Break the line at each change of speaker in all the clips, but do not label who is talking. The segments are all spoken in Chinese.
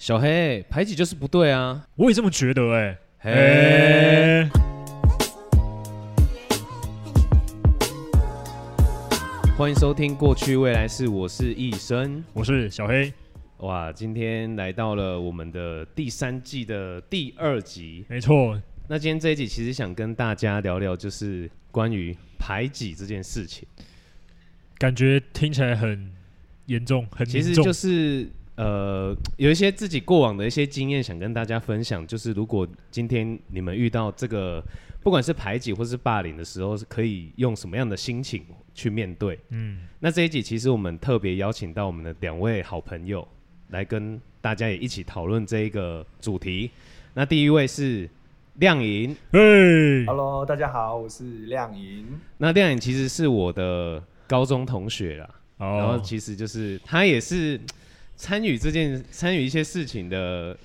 小黑排挤就是不对啊。
我也这么觉得哎、
嘿，
哎
欢迎收听《过去未来式》，我是医生。
我是小黑，
哇，今天来到了我们的第三季的第二集。
没错，
那今天这一集其实想跟大家聊聊，就是关于排挤这件事情。
感觉听起来很严重，很
其实
严重，
就是呃，有一些自己过往的一些经验想跟大家分享，就是如果今天你们遇到这个，不管是排挤或是霸凌的时候，是可以用什么样的心情去面对。
嗯，
那这一集其实我们特别邀请到我们的两位好朋友来跟大家也一起讨论这一个主题。那第一位是亮颖，
哎、
Hello，大家好，我是亮莹。
那亮颖其实是我的高中同学啦。然后
哦，
其实就是他也是参与这件参与一些事情的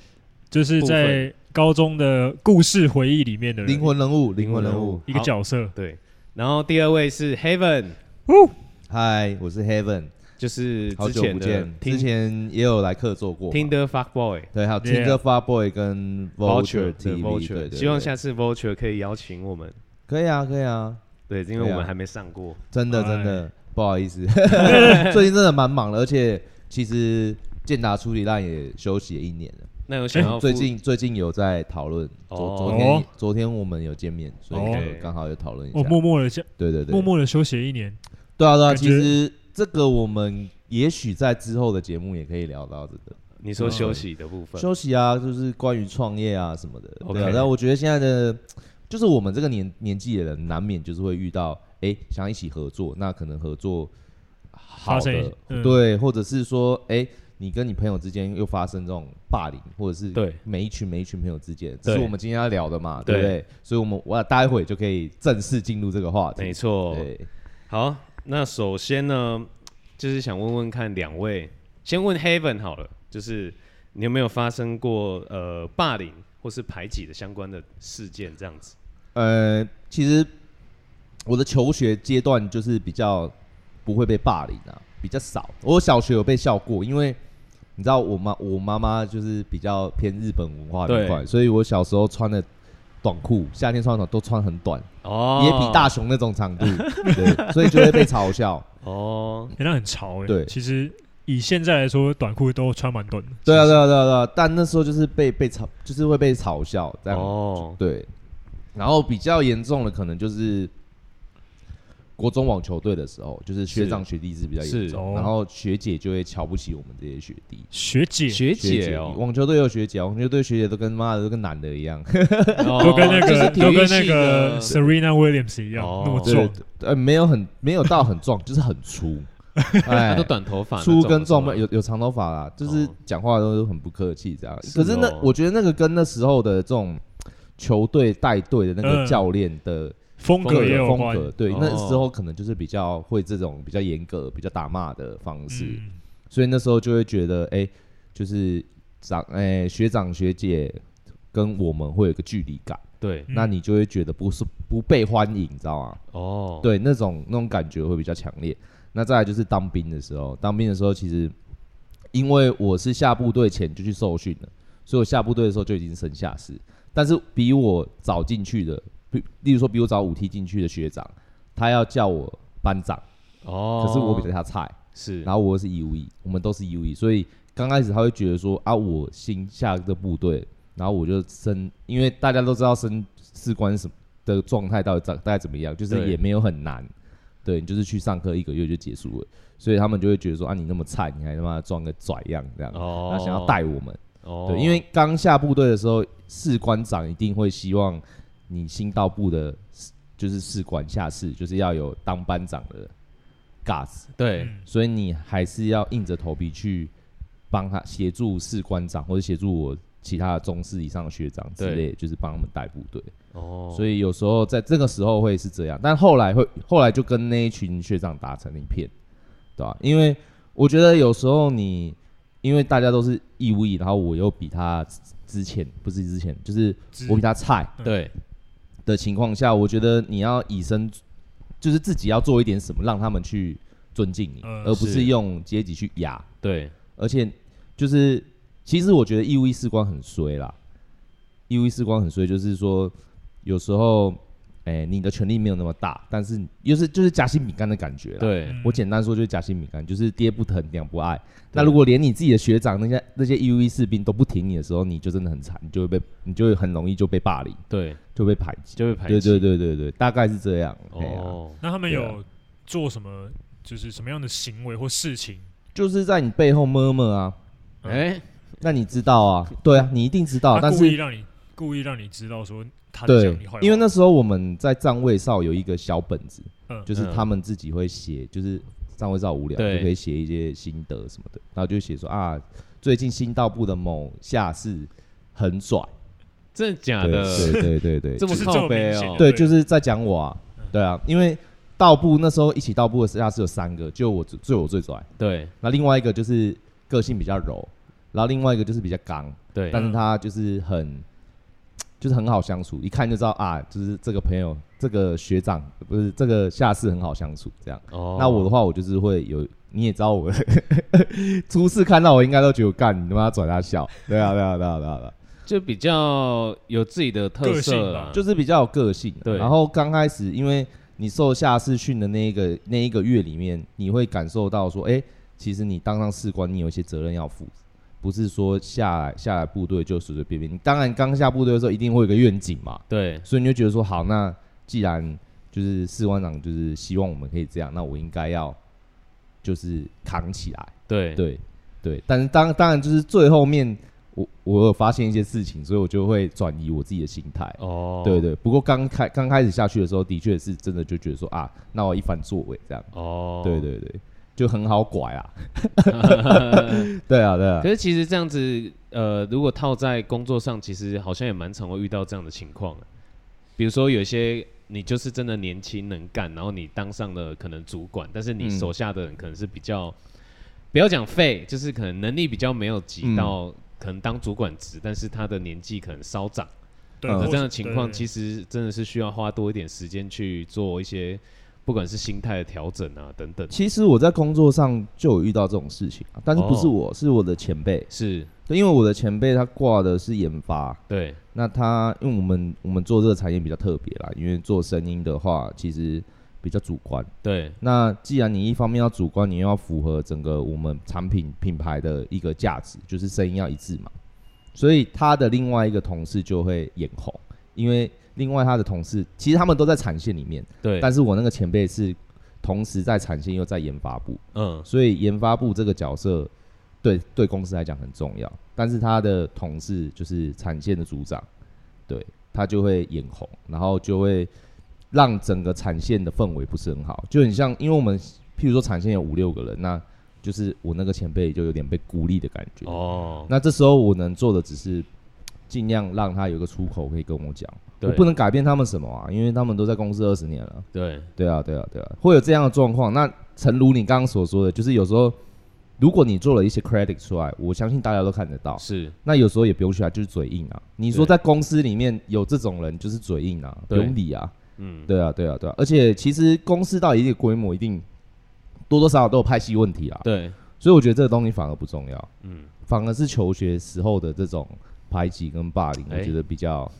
就是在高中的故事回忆里面的人
灵魂人物，灵
灵魂
魂
人
人
物
物。
一个
好
角色，
对。然后第二位是 Heaven，
嗨，我是 Heaven，
就是
好
之
久
前
不
的
见，之
听
前也有来客座过嘛。
听的 Fuck Boy
对，还有
Yeah
Tinder Far Boy 跟
Vulture 的
Vulture TV，对对
Vulture，
对，
希望下次 Vulture 可以邀请我们。
可以啊，可以啊，
对，因为
对啊
我们还没上过。
真的
哎
真的不好 意思，最近真的蛮忙的，而且其实健达处理烂也休息了一年了。
那有 想要
最
哦复
近最近有在讨论，
哦
昨昨天昨天我们有见面，所以
哦
就刚好有讨论一
我
下。
默默的下，
对对对，
默默的休息一年，
对啊对啊，
感觉
其实这个我们也许在之后的节目也可以聊到这个。
你说休息的部分，
嗯休息啊，就是关于创业啊什么的。
OK
对啊，但我觉得现在的，就是我们这个年年纪的人，难免就是会遇到，哎、想一起合作，那可能合作好
发生一
的
些，嗯
对，或者是说，哎、你跟你朋友之间又发生这种霸凌，或者是
对
每一群每一群朋友之间，
对
这是我们今天要聊的嘛，对不
对
对？所以我们我待会就可以正式进入这个话
没
题。
错。
对，
好，那首先呢，就是想问问看两位，先问 Heaven 好了，就是你有没有发生过呃霸凌或是排挤的相关的事件这样子？
呃，其实我的求学阶段就是比较不会被霸凌啊，比较少。我小学有被笑过，因为你知道我妈我妈妈就是比较偏日本文化那一块，所以我小时候穿的短裤，夏天穿的短都穿很短，
哦
也比大雄那种长度，对，所以就会被嘲笑。
哦，
欸、那很潮哎、
对
其实以现在来说，短裤都穿蛮短的，
对啊，对啊，对啊，对啊。但那时候就是被被嘲，就是会被嘲笑这样。
哦，
对，然后比较严重的可能就是国中网球队的时候，就是学
是
长学弟制比较
是
严
哦
重，然后学姐就会瞧不起我们这些学弟。
学姐
学
学
姐哦，
网球队有学姐，网球队学姐都跟妈的都跟男的一样，
哦
都跟那
就是
个、
体
都
育
跟
系
那个
的
Serena Williams 一样、
哦
那么
对
壮，
呃，没有很没有到很壮，就是很 粗，
他
哎
都，短头发那种，
粗跟壮
是吗
有有长头发啦，就是
哦
讲话都很不客气这样。
是
可是那
哦
我觉得那个跟那时候的这种球队带队的那个
嗯
教练的
风格也有
风
关。
格，对，
哦
那时候可能就是比较会这种比较严格、比较打骂的方式，
嗯，
所以那时候就会觉得，哎、就是长哎、学长学姐跟我们会有一个距离感，
对
嗯
那你就会觉得不是不被欢迎，你知道吗？
哦，
对，那种那种感觉会比较强烈。那再来就是当兵的时候，当兵的时候其实因为我是下部队前就去受训了，所以我下部队的时候就已经升下士。但是比我早进去的，比例如说比我早五梯进去的学长，他要叫我班长，
哦，
可是我比他菜，
是
然后我又是 E U E，我们都是 E U E，所以刚开始他会觉得说啊，我新下的部队，然后我就升，因为大家都知道升士官什么的状态到底大大概怎么样，就是
对
也没有很难，对，你就是去上课一个月就结束了，所以他们就会觉得说啊，你那么菜，你还他妈装个拽样这样，
哦，
他想要带我们，
哦，
对，因为刚下部队的时候，士官长一定会希望你新到部的，就是士官下士，就是要有当班长的 guts。
对
嗯
所以你还是要硬着头皮去帮他协助士官长，或者协助我其他的中士以上的学长之类，就是帮他们带部队。
哦，
所以有时候在这个时候会是这样，但后来会后来就跟那一群学长打成一片，对吧、因为我觉得有时候你因为大家都是义务役，然后我又比他之前不是之前，就是
之
我比他菜
对
的情况下，我觉得你要以身就是自己要做一点什么，让他们去尊敬你，
嗯
而不
是
是用阶级去压。
对
而且就是其实我觉得义务役士官很衰啦，义务役士官很衰，就是说有时候，哎、你的权利没有那么大，但是又是就是夹心饼干的感觉啦。，
对，
嗯
我简单说就是夹心饼干，就是爹不疼娘不爱。那如果连你自己的学长那些那些义务役士兵都不挺你的时候，你就真的很惨，你就会被你就会很容易就被霸凌，
对，
就被排挤。
就会排
对
挤。
对对对对，大概是这样。哎呀
哦，
那他们
对啊
有做什么，就是什么样的行为或事情？
就是在你背后摸摸啊，
哎，
那你知道啊？对啊，你一定知道，
他
但
故意
是
让你故意让你知道说他在
对
讲你坏话，
因为那时候我们在站位哨有一个小本子，
嗯
就是
嗯
他们自己会写，就是站位哨无聊
对
就可以写一些心得什么的，然后就写说啊，最近新道部的某下士很拽，
真的假
对
的？
对对对对，
这么
就是这么
靠背
明显
哦。
对，
对
就是在讲我啊，对啊，因为道部那时候一起道部的下士有三个，就我最最我最拽，
对
那另外一个就是个性比较柔，然后另外一个就是比较刚。
对
但是他就是很，就是很好相处，一看就知道啊，就是这个朋友，这个学长不是这个下士很好相处这样。
哦
那我的话，我就是会有，你也知道我 初次看到我应该都觉得干你他妈转他笑，对啊对啊对啊对啊对啊，
就比较有自己的特
个性
色啦
吧
就
就是比较有个性、
嗯
啊
对
然后刚开始因为你受下士训的那一个那一个月里面，你会感受到说，哎、其实你当上士官，你有一些责任要负。不是说下来下来部队就随随便便，你当然刚下部队的时候一定会有一个愿景嘛，
对
所以你就觉得说，好，那既然就是士官长就是希望我们可以这样，那我应该要就是扛起来，
对
对对。但是当当然就是最后面我我有发现一些事情，所以我就会转移我自己的心态。
哦，
对对，不过刚开刚开始下去的时候，的确是真的就觉得说啊，那我一番作为这样，
哦，
对。对对，就很好 拐啊，对啊对啊
可，是其实这样子，呃，如果套在工作上，其实好像也蛮常会遇到这样的情况、啊。比如说，有一些你就是真的年轻能干，然后你当上了可能主管，但是你
嗯
手下的人可能是比较，不要讲废，就是可能能力比较没有及
嗯
到、可能当主管职，但是他的年纪可能稍长。
对或
嗯
有
者
这样的情况，
对
其实真的是需要花多一点时间去做一些，不管是心态的调整啊等等。
其实我在工作上就有遇到这种事情啊，但是不是
哦
我，是我的前辈，
是，
对，因为我的前辈他挂的是研发，
对，
那他因为我们我们做这个产业比较特别啦，因为做声音的话其实比较主观。
对，
那既然你一方面要主观，你又要符合整个我们产品品牌的一个价值，就是声音要一致嘛。所以他的另外一个同事就会眼红，因为另外他的同事其实他们都在产线里面，
对，
但是我那个前辈是同时在产线又在研发部，
嗯，
所以研发部这个角色对对公司来讲很重要，但是他的同事就是产线的组长，对他就会眼红，然后就会让整个产线的氛围不是很好，就很像，因为我们譬如说产线有五六个人，那就是我那个前辈就有点被孤立的感觉。
哦，
那这时候我能做的只是尽量让他有一个出口可以跟我讲，
对
我不能改变他们什么啊，因为他们都在公司二十年了。
对，
对啊，对啊，对啊，会有这样的状况。那诚如你刚刚所说的，就是有时候如果你做了一些 credit 出来，我相信大家都看得到。
是，
那有时候也不用去啊，就是嘴硬啊。你说
对
在公司里面有这种人，就是嘴硬啊，不
对
用理啊。
嗯，
对啊，对啊，对啊。而且其实公司到一定的规模，一定多多少少都有派系问题啦。
对，
所以我觉得这个东西反而不重要，
嗯，
反而是求学时候的这种排挤跟霸凌，我
哎
觉得比较。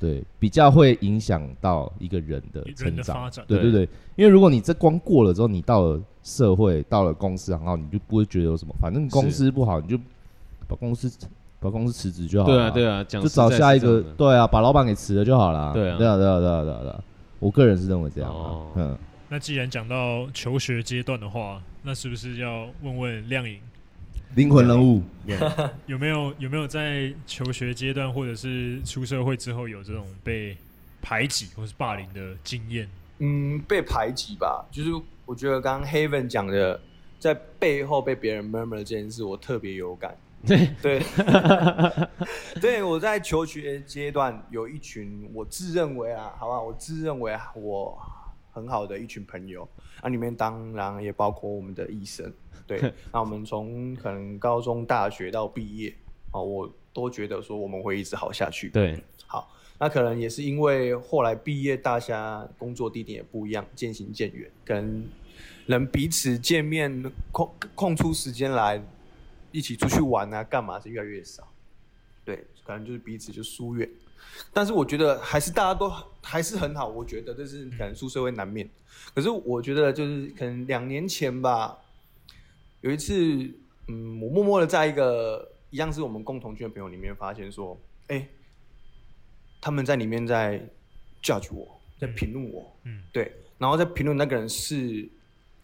对，比较会影响到一个人的
人
成
的
长，
发展，
对对对，因为如果你这关过了之后，你到了社会，到了公司行号，你就不会觉得有什么，反正公司不好，你就把公司把公司辞职就好
对啊，
了。
对
啊，
啊，讲
就
实
找
在
下
是
一
这样
个
的，
对啊，把老板给辞了就好了。
对啊
对啊，对啊，对啊，对啊，对啊。我个人是认为这样
哦
啊，嗯，
那既然讲到求学阶段的话，那是不是要问问亮颖
灵魂人物，
有没有有没有在求学阶段或者是出社会之后有这种被排挤或是霸凌的经验？
嗯，被排挤吧，就是我觉得刚刚 Haven 讲的，在背后被别人 murmur 这件事，我特别有感。对， 对，我在求学阶段有一群我自认为啊，好吧，我自认为我很好的一群朋友啊，里面当然也包括我们的医生。对，那我们从可能高中、大学到毕业啊，我都觉得说我们会一直好下去。
对，
好，那可能也是因为后来毕业，大家工作地点也不一样，渐行渐远，可能人彼此见面空空出时间来一起出去玩啊，干嘛是越来越少。对，可能就是彼此就疏远。但是我觉得还是大家都还是很好，我觉得这是可能出社会难免。可是我觉得就是可能两年前吧，有一次，嗯，我默默的在一个一样是我们共同圈的朋友里面发现说，哎、他们在里面在 judge 我，在评论我，
嗯，
对，然后在评论那个人是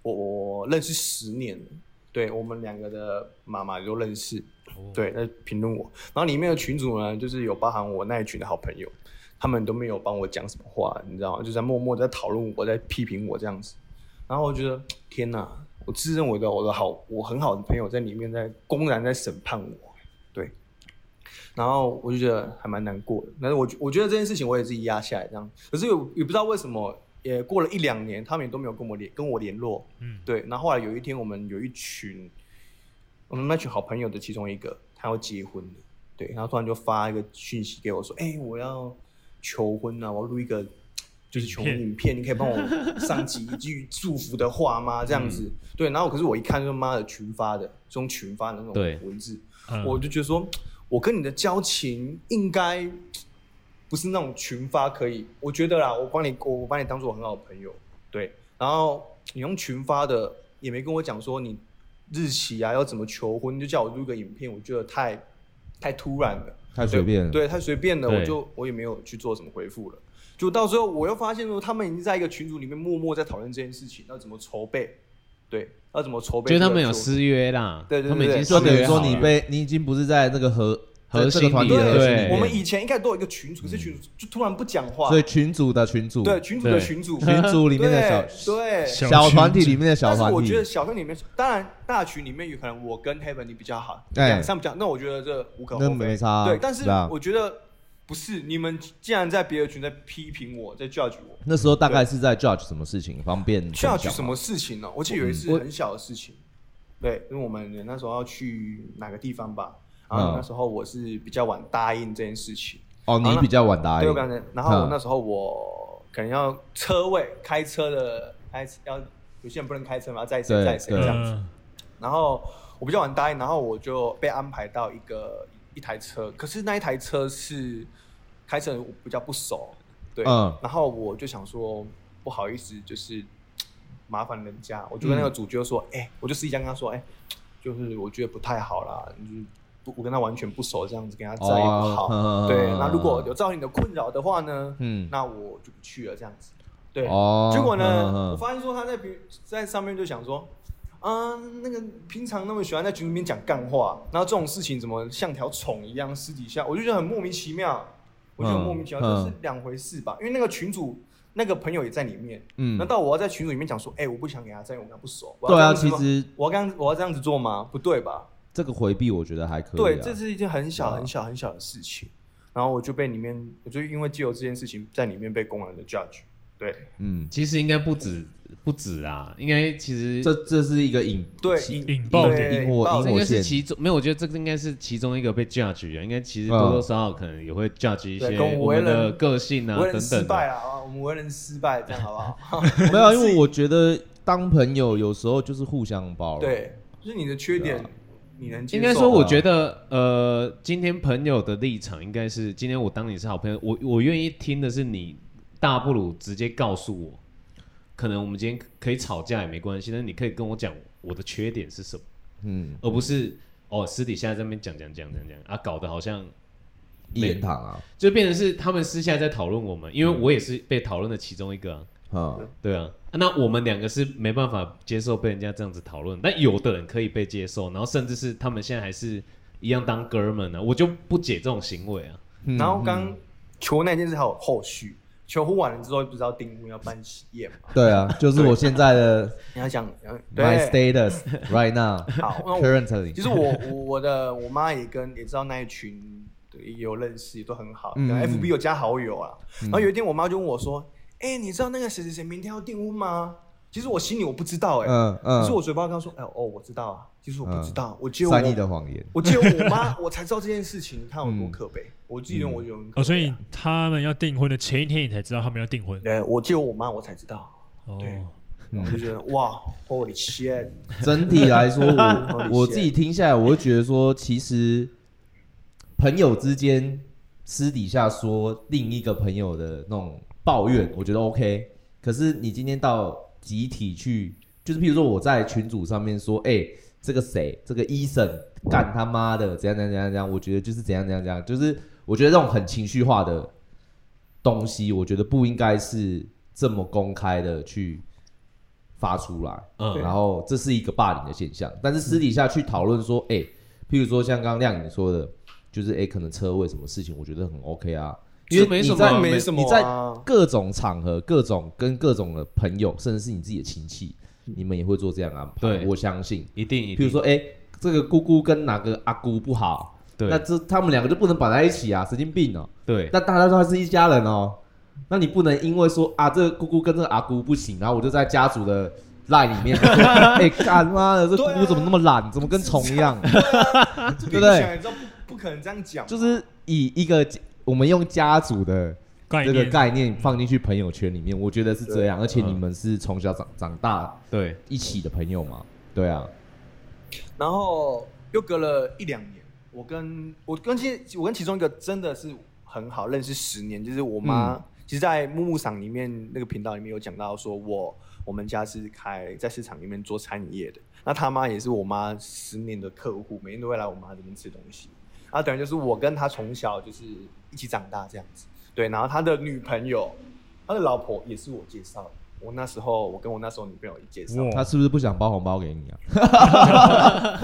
我我认识十年了，对我们两个的妈妈也都认识，
嗯
对，在评论我。然后里面的群主呢，就是有包含我那一群的好朋友，他们都没有帮我讲什么话，你知道吗？就在默默地在讨论我，在批评我这样子。然后我觉得，天哪！我自认为的我的好，我很好的朋友在里面在公然在审判我，对。然后我就觉得还蛮难过的，但是我觉我觉得这件事情我也自己压下来这样，可是也也不知道为什么，也过了一两年，他们也都没有跟我联跟我联络，
嗯，
对。然后后来有一天，我们有一群我们那群好朋友的其中一个，他要结婚了，对，然后突然就发一个讯息给我说：“哎、我要求婚啊，我要录一个就是求婚影片，你可以帮我上几句祝福的话吗？”这样子，对。然后可是我一看，就妈的群发的，这种群发的那种
对
文字，
嗯
我就觉得说，我跟你的交情应该不是那种群发可以，我觉得啦，我帮你，我我把你当做我很好的朋友，对。然后你用群发的，也没跟我讲说你日期啊，要怎么求婚，就叫我录个影片，我觉得太太突然了，
太随便了。
对，太随便了，
对
我就我也没有去做什么回复了。就到时候我又发现说，他们已经在一个群组里面默默在讨论这件事情，要怎么筹备，对，要怎么筹备
就是
这个求婚。
他们有失约啦，
对对对
他们已经
就等于
约好
说
了
你被你已经不是在那个核
核
在这个
心
团体
里
的
了
核心里
对，
对
面
我们以前应该都有一个群主，可是群主就突然不讲话
所，以群主的群主，
对，群主的
对
群主，
群主里面的小
对。对
小团体里面的小
但是
团
我觉得
体，
小群里面，当然大群里面有可能我跟 Heaven 你比较好，
哎
两上比较，那我觉得这无可厚非，
那没差啊
对，但是
是啊
我觉得不是，你们既然在别的群在批评我，在 judge 我
那时候大概是在 judge 什么事情，方便分享吗
，judge 什么事情呢、我记得有一次
我
很小的事情，对，因为我们那时候要去哪个地方吧，然后
嗯
那时候我是比较晚答应这件事情，
哦，你比较晚答
对，
应
我，刚才，然后我
嗯
那时候我可能要车位开车的，开要有些人不能开车嘛，要载谁
对
载谁
对
这样子。
嗯
然后我比较晚答应，然后我就被安排到一个一台车，可是那一台车是开车人我比较不熟，对，
嗯
然后我就想说不好意思，就是麻烦人家，我就跟那
嗯
个主角说，哎、我就私底下跟他说，哎、就是我觉得不太好啦，就是不我跟他完全不熟，这样子跟他在也不好，
哦嗯
对，那如果有造成你的困扰的话呢，
嗯
那我就不去了，这样子，对，
哦，
结果呢，
嗯
我
嗯嗯
发现说他在别在上面就想说，啊、那个平常那么喜欢在群里面讲干话，然后这种事情怎么像条虫一样，私底下我就觉得很莫名其妙，我觉得很莫名其妙，
嗯
这是两回事吧？因为那个群主那个朋友也在里面，
嗯
难道我要在群组里面讲说，哎、我不想给他在，我跟他不熟？我要
对
这
啊，
样子
其
吗
实
我要这样，我要这样子做吗？不对吧？
这个回避我觉得还可以啊，
对，这是一件很小
对啊
很小很小的事情。然后我就被里面，我就因为借由这件事情，在里面被公然的 judge。对，
嗯，
其实应该不止不止啊，应该其实
这这是一个引
对，
起
引
引爆点
对
引火
爆
引
这
火
应该是
线
其中没有，我觉得这个应该是其中一个被 judge 的人，应该其实
嗯
多多少少可能也会 judge 一
对
些
跟
我们
为
的
人
个性啊
为
等
人失
等
败
的。
啊，啊我们为人失败，这样好 不好？
没有啊，因为我觉得当朋友有时候就是互相包容，
对，就是你的缺点
对啊，
你能接
应
受啊
该
吗
说，我觉得，呃，今天朋友的立场应该是，今天我当你是好朋友，我我愿意听的是你，大不如直接告诉我，可能我们今天可以吵架也没关系，但是你可以跟我讲我的缺点是什么，
嗯，
而不是哦私底下在那边讲讲讲讲讲啊，搞得好像
一言堂啊，
就变成是他们私下在讨论我们，因为我也是被讨论的其中一个啊、
嗯，
对啊，啊那我们两个是没办法接受被人家这样子讨论，但有的人可以被接受，然后甚至是他们现在还是一样当哥们呢、啊我就不解这种行为啊。
嗯
然后刚求那件事还有后续，求婚完了之后不知道订婚要办喜宴嘛？
对啊，就是我现在的
你要讲，然后
my
对，
status right now
好，那我
currently，
其实我我我的我妈也跟也知道那一群也有认识，也都很好，
嗯
然后
嗯
FB 有加好友啊。然后有一天我妈就问我说：“哎，你知道那个谁谁谁明天要订婚吗？”其实我心里我不知道哎，
嗯嗯
可是我嘴巴跟她说：“哎哦，我知道啊。”其实我不知道，我借我
善意的谎言，
我借我 妈，我才知道这件事情，你看我多可悲，我自己认为我有很可悲、
哦，所以他们要订婚的前一天，你才知道他们要订婚。
对，我借我妈，我才知道。
哦
对，我就觉得哇，Holy shit！
整体 来说，我
Holy
我
shit
自己听下来，我会觉得说，其实朋友之间私底下说另一个朋友的那种抱怨，我觉得 OK。可是你今天到集体去，就是譬如说我在群组上面说，哎、这个谁，这个医生干他妈的，怎样怎样怎样怎样，我觉得就是怎样怎样怎样，就是我觉得这种很情绪化的东西，我觉得不应该是这么公开的去发出来。
嗯
对
然后这是一个霸凌的现象，但是私底下去讨论说，哎、譬如说像刚刚亮颖说的，就是哎、诶可能车位什么事情，我觉得很 OK 啊，因为
这没
你
什么
在
啊
没
没
什么、
你在各种场合、各种跟各种的朋友，甚至是你自己的亲戚，你们也会做这样的安排。
对
我相信。
一定一定。
譬如说，哎、这个姑姑跟哪个阿姑不好，那
对
这他们两个就不能绑在一起啊，神经病哦、
对，
那大家都还是一家人哦，那你不能因为说啊，这个姑姑跟这个阿姑不行，然后我就在家族的 line 里面，哎、干妈的，这
对
姑
啊
姑怎么那么懒，怎么跟虫一样？
对
对不对？
你知道不不可能这样讲，
就是以一个我们用家族的
概
这个
念，
概念放进去朋友圈里面，我觉得是这样，而且你们是从小长长大
对
一起的朋友嘛，对啊，
然后又隔了一两年，我跟我跟其我跟其中一个真的是很好，认识十年，就是我妈。其实，在木木赏里面那个频道里面有讲到，说我我们家是开在市场里面做餐饮业的，那他妈也是我妈十年的客户，每天都会来我妈这边吃东西。然后等于就是我跟他从小就是一起长大这样子，对。然后他的女朋友，他的老婆也是我介绍的，我那时候我跟我那时候女朋友一介绍，
哇
他是不是不想包红包给你啊？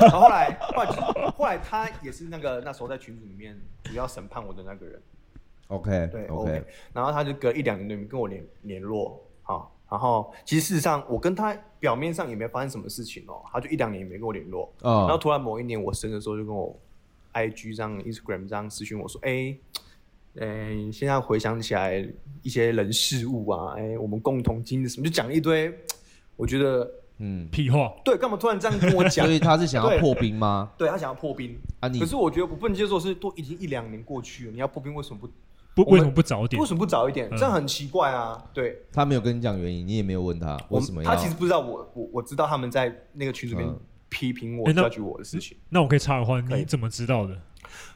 然后后来，后来就是，后来他也是那个那时候在群组里面主要审判我的那个人，
OK
对
OK，
然后他就隔一两年跟我联联络，好，然后其实事实上我跟他表面上也没发生什么事情哦，他就一两年也没跟我联络，然后
哦，
突然某一年我生日的时候就跟我 IG 上、Instagram 上私讯我说，哎、嗯、现在回想起来一些人事物啊，哎、我们共同经历什么，就讲了一堆，我觉得
嗯，
屁话，
对，干嘛突然这样跟我讲
所？以他是想要
对
破冰吗？
对他想要破冰，
啊你，
可是我觉得我不能接受，是都已经一两年过去了，你要破冰为什么不
不
我们
为什么不早点
为？什么不早一点？
嗯
这样很奇怪啊！对，
他没有跟你讲原因，你也没有问他为
我
什么要
他其实不知道我我我知道他们在那个群里面
嗯
批评我、
哎那
judge 我的事情。
那我可以插个话，
可以
你怎么知道的？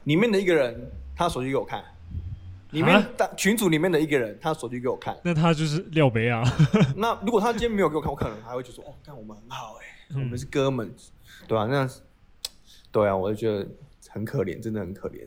里面的一个人，他手机给我看，里面
啊。
当群组里面的一个人，他手机给我看
那他就是廖北啊，
那如果他今天没有给我看，我可能还会觉得说，哦，看我们很好哎、
嗯
我们是哥们，对吧、那对啊，我就觉得很可怜，真的很可怜。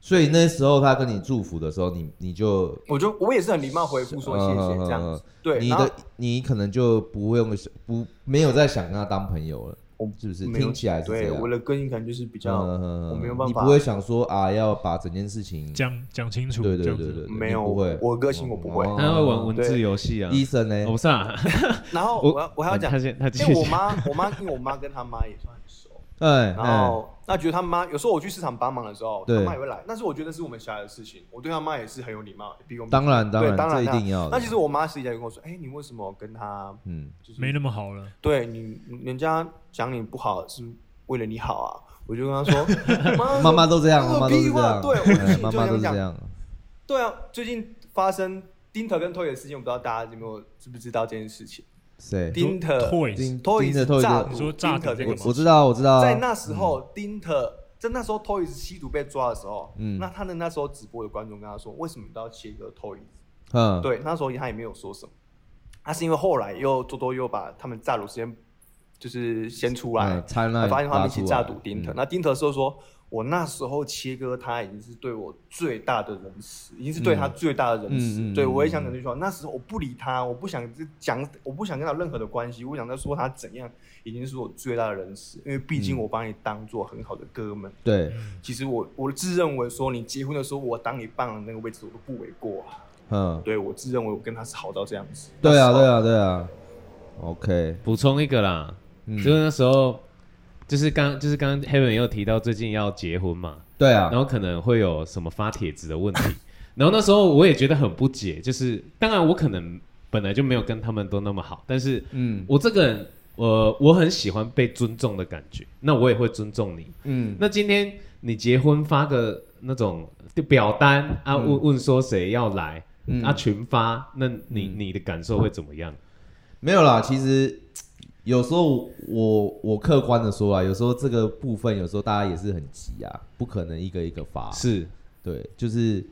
所以那时候他跟你祝福的时候，你你就
我就我也是很礼貌回复说
嗯
谢谢这样子，对，
你
然后
的你可能就不会用不没有再想跟他当朋友了，
我
是不是？
没有
听起来是这
对，
样。
我的根因可能就是比
嗯
较，
嗯嗯
我没有办
你
法，
不会想说啊，要把整件事情
讲讲清楚，
对对
这
对
样子
对对，
没
你
有
不会。
我个性我不会
哦
他会玩文字游戏啊。
医生呢
我？不是啊，
然后我要我还要讲
他，先他继
因
续
为我妈我妈因为我妈跟她妈也算很 熟，
哎，
然后那觉得她妈有时候我去市场帮忙的时候，她
对
妈也会来，但是我觉得是我们小孩的事情，我对她妈也是很有礼貌，毕恭
哎
毕敬
当然
对
然
当
这
然
一
当
定要的。
但其实我妈私底下就跟我说，哎，你为什么跟她
嗯，
就是
没那么好了。
对你人家讲你不好是为了你好啊？我就跟她说， 妈
妈妈都这样，
我
妈妈都是
屁
这
话
样，
对，我
哎
自己
妈
就
妈
这样
都是
讲
这。样。
对啊，最近发生丁特跟 Toy 的事情，我不知道大家有没有知不知道这件事情。
谁？
丁特
Toys，
丁
Toy
的
是
Toys
炸
我
你
赌
说炸
丁
赌
特这
这
个
个
事
吗
情
我知道，我知
嗯
道啊。
在那时候丁特在那时候 Toy 吸毒被抓的时候，
嗯
那他的那时候直播有观众跟他说，为什么你都要切割 Toy？
嗯，
对，那时候他也没有说什么，那是因为后来又多多又把他们炸赌时间就是先出来
嗯，灿烂
发现他们一
拔
起
出
炸
来
赌丁特。
嗯
那丁特说说，我那时候切割他已经是对我最大的仁慈，已经是对他最大的仁慈。
嗯嗯嗯
对我也
嗯
想讲这句话，那时候我不理他，我不想讲，我不想跟他有任何的关系，我不想再说他怎样，已经是我最大的仁慈，因为毕竟
嗯
我把你当做很好的哥们。
对，
其实我我自认为说，你结婚的时候我当你伴郎那个位置我都不为过啊。
嗯，
对我自认为我跟他是好到这样子。
对啊，
那时候
对啊，对啊。OK，
补充一个啦，
嗯
就是那时候，就是刚就是刚刚 Heaven 也有提到最近要结婚嘛，
对啊
然，后可能会有什么发帖子的问题，然后那时候我也觉得很不解，就是当然我可能本来就没有跟他们都那么好，但是
嗯
我这个人，呃，我很喜欢被尊重的感觉，那我也会尊重你。
嗯，
那今天你结婚发个那种表单啊，问问说谁要来、
嗯
啊，群发，那你、
嗯
你的感受会怎么样？
没有啦，其实有时候我我客观的说啊，有时候这个部分有时候大家也是很急啊，不可能一个一个发。
是
对，就是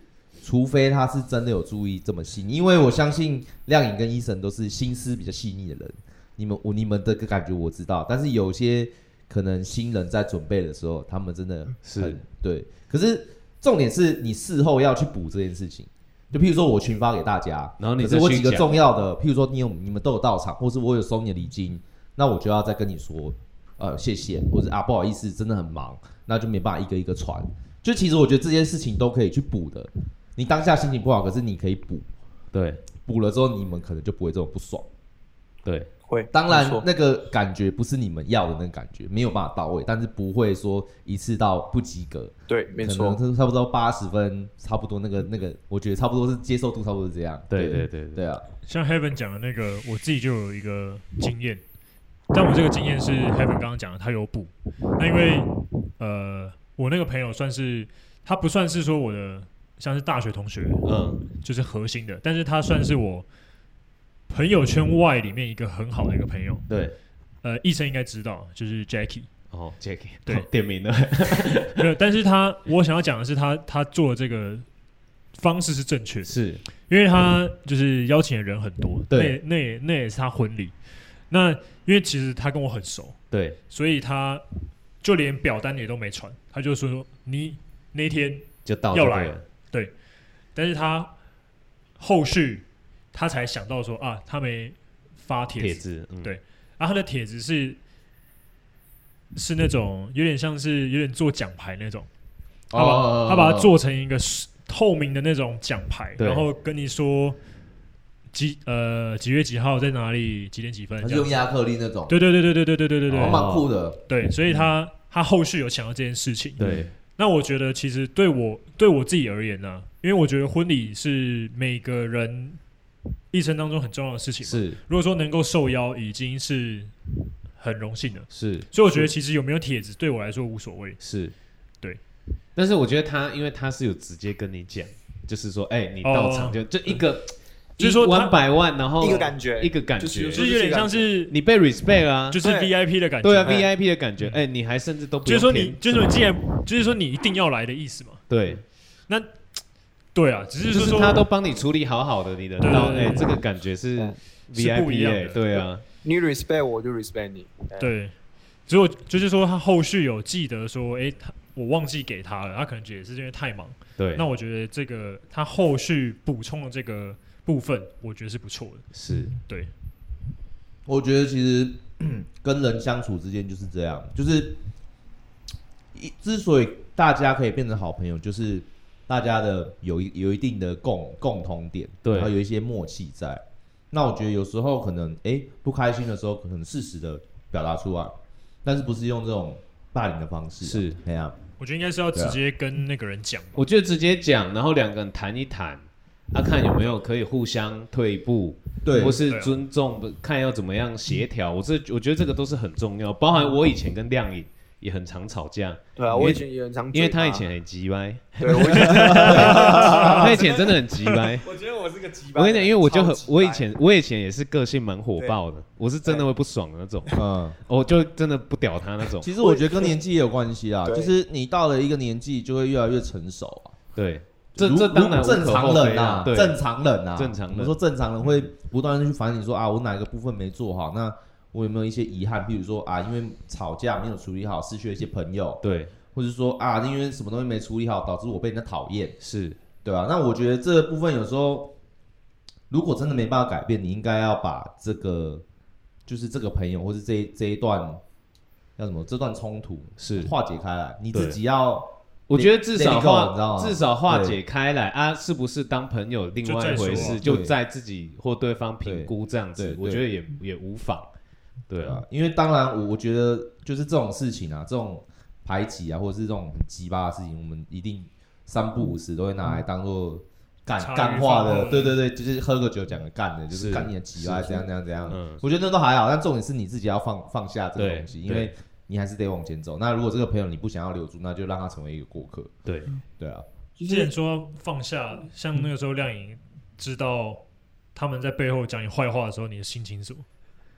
除非他是真的有注意这么细，因为我相信亮颖跟医生都是心思比较细腻的人，你们我你们的感觉我知道，但是有些可能新人在准备的时候，他们真的很
是
对，可是重点是你事后要去补这件事情。就譬如说，我群发给大家，
然后你
可
再
是我
去
几个
讲
重要的，譬如说你有你们都有到场，或是我有收你的礼金，那我就要再跟你说，呃，谢谢，或者啊不好意思，真的很忙，那就没办法一个一个传。就其实我觉得这些事情都可以去补的，你当下心情不好，可是你可以补，
对
补了之后你们可能就不会这么不爽。
对，
会，
当然
没错，
那个感觉不是你们要的那个感觉，没有办法到位，但是不会说一次到不及格，
对，没错，
可能差不多八十分，差不多那个那个，我觉得差不多是接受度差不多是这样。
对
对
对对对
对啊，
像 Heaven 讲的那个，我自己就有一个经验，但我这个经验是 Heaven 刚刚讲的，他有补。那因为呃，我那个朋友算是他不算是说我的像是大学同学，
嗯，
就是核心的，但是他算是我朋友圈外里面一个很好的一个朋友。
对，
呃，医生应该知道，就是 Jackie。
哦，Jacky，
对
点名了，
没有，但是他我想要讲的是他，他做的这个方式是正确的，
是
因为他就是邀请的人很多，
对
那也那也那也是他婚礼。那因为其实他跟我很熟，
对，
所以他就连表单也都没传，他就说嗯你那天，
就到
要
这
来
个
了但是他后续他才想到说啊，他没发帖
帖
子，
子，嗯
对啊，他的帖子是是那种有点像是有点做奖牌那种。他把、
哦
他把它做成一个是透明的那种奖牌，
对
然后跟你说几呃几月几号在哪里几点几分
他
这
是
样
用
子。
亚克力那种，
对对对对对对对对对对、
哦，蛮酷的。
对，所以他他后续有想到这件事情。
对，
那我觉得其实对我对我自己而言呢、啊因为我觉得婚礼是每个人一生当中很重要的事情嘛。
是
如果说能够受邀，已经是很荣幸的。
是
所以我觉得其实有没有帖子对我来说无所谓。
是，
对。
但是我觉得他，因为他是有直接跟你讲，就是说，哎，你
哦嗯
到场就就一个，
就是说他
万百万，然后
一个感觉
一个感
就是
觉，
就是有点像是
你被 respect 啊，
嗯就是
对
VIP 的感觉。嗯
对啊
哎
，VIP 的感觉，哎，你还甚至都不
就是说
用
你
填，
就是说你既然就是说你一定要来的意思嘛？
对，
对啊，只是
就是
说
他都帮你处理好好的，你的
对
到，
对对
哎，
对
这个感觉是
嗯
是不一
VIP
样
哎，
的
对啊，
你 respect 我就 respect 你，哎，
对，只有就是说他后续有记得说，诶，他我忘记给他了，他可能也是因为太忙。
对
那，我觉得这个他后续补充的这个部分，我觉得是不错的。
是
对，
我觉得其实跟人相处之间就是这样， 就是一之所以大家可以变成好朋友，就是大家的有一有一定的共共同点，
对
然后有一些默契在。那我觉得有时候可能哎、诶不开心的时候，可能适时的表达出来，但是不是用这种霸凌的方式、
是，
哎呀、
我觉得应该是要直接跟那个人讲。
我就直接讲，然后两个人谈一谈，啊，看有没有可以互相退一步，
对
或是
对啊
尊重，不看要怎么样协调。我这我觉得这个都是很重要，包含我以前跟亮颖也很常吵架，
对啊，
因为
我以前也很常
因为
嘴
他
巴
以前，很急 歪，
对我以前，。
他以前真的很急歪
我觉得我是个鸡巴
我跟你讲，因为我就很
超级，白
我以前我以前也是个性蛮火爆的，我是真的会不爽的那 种，哦
嗯。
我就真的不屌他那种。
其实我觉得跟年纪也有关系啦，
对
就是你到了一个年纪，就会越来越成熟啊。
对，这
如
这当然
如正常
无可厚非
人啊，
对
正常人啊，
正常人
我们说正常人会不断的去反省说啊，我哪个部分没做好？那我有没有一些遗憾？譬如说啊，因为吵架没有处理好，失去了一些朋友，
对
或者说啊，因为什么东西没处理好，导致我被人家讨厌，
是
对吧、那我觉得这部分有时候，如果真的没办法改变，你应该要把这个，就是这个朋友或是这一这一段。要什么？这段冲突
是
化解开来，你
对
自己要
我觉得至
Let
少
it go，你知道
化
吗
至少化解开来啊，是不是当朋友另外一回事，
就再说
就在自己或对方评估这样子
对，
我觉得也也无妨。对
对
啊
啊，，因为当然我我觉得就是这种事情啊，这种排挤啊，或者是这种很鸡巴的事情，我们一定三不五时都会拿来当做干
茶余
干话
饭
的
后，
对对对，就是喝个酒讲个干的，就是是干你的鸡巴
是
怎样怎样怎样。
嗯
我觉得那都还好，但重点是你自己要放放下这个
对
东西，因
对
为你还是得往前走。那如果这个朋友你不想要留住，那就让他成为一个过客。
对，
对啊，
就
既
是嗯
然说放下，像那个时候亮颖知道他们在背后讲你坏话的时候，你的心情是什么？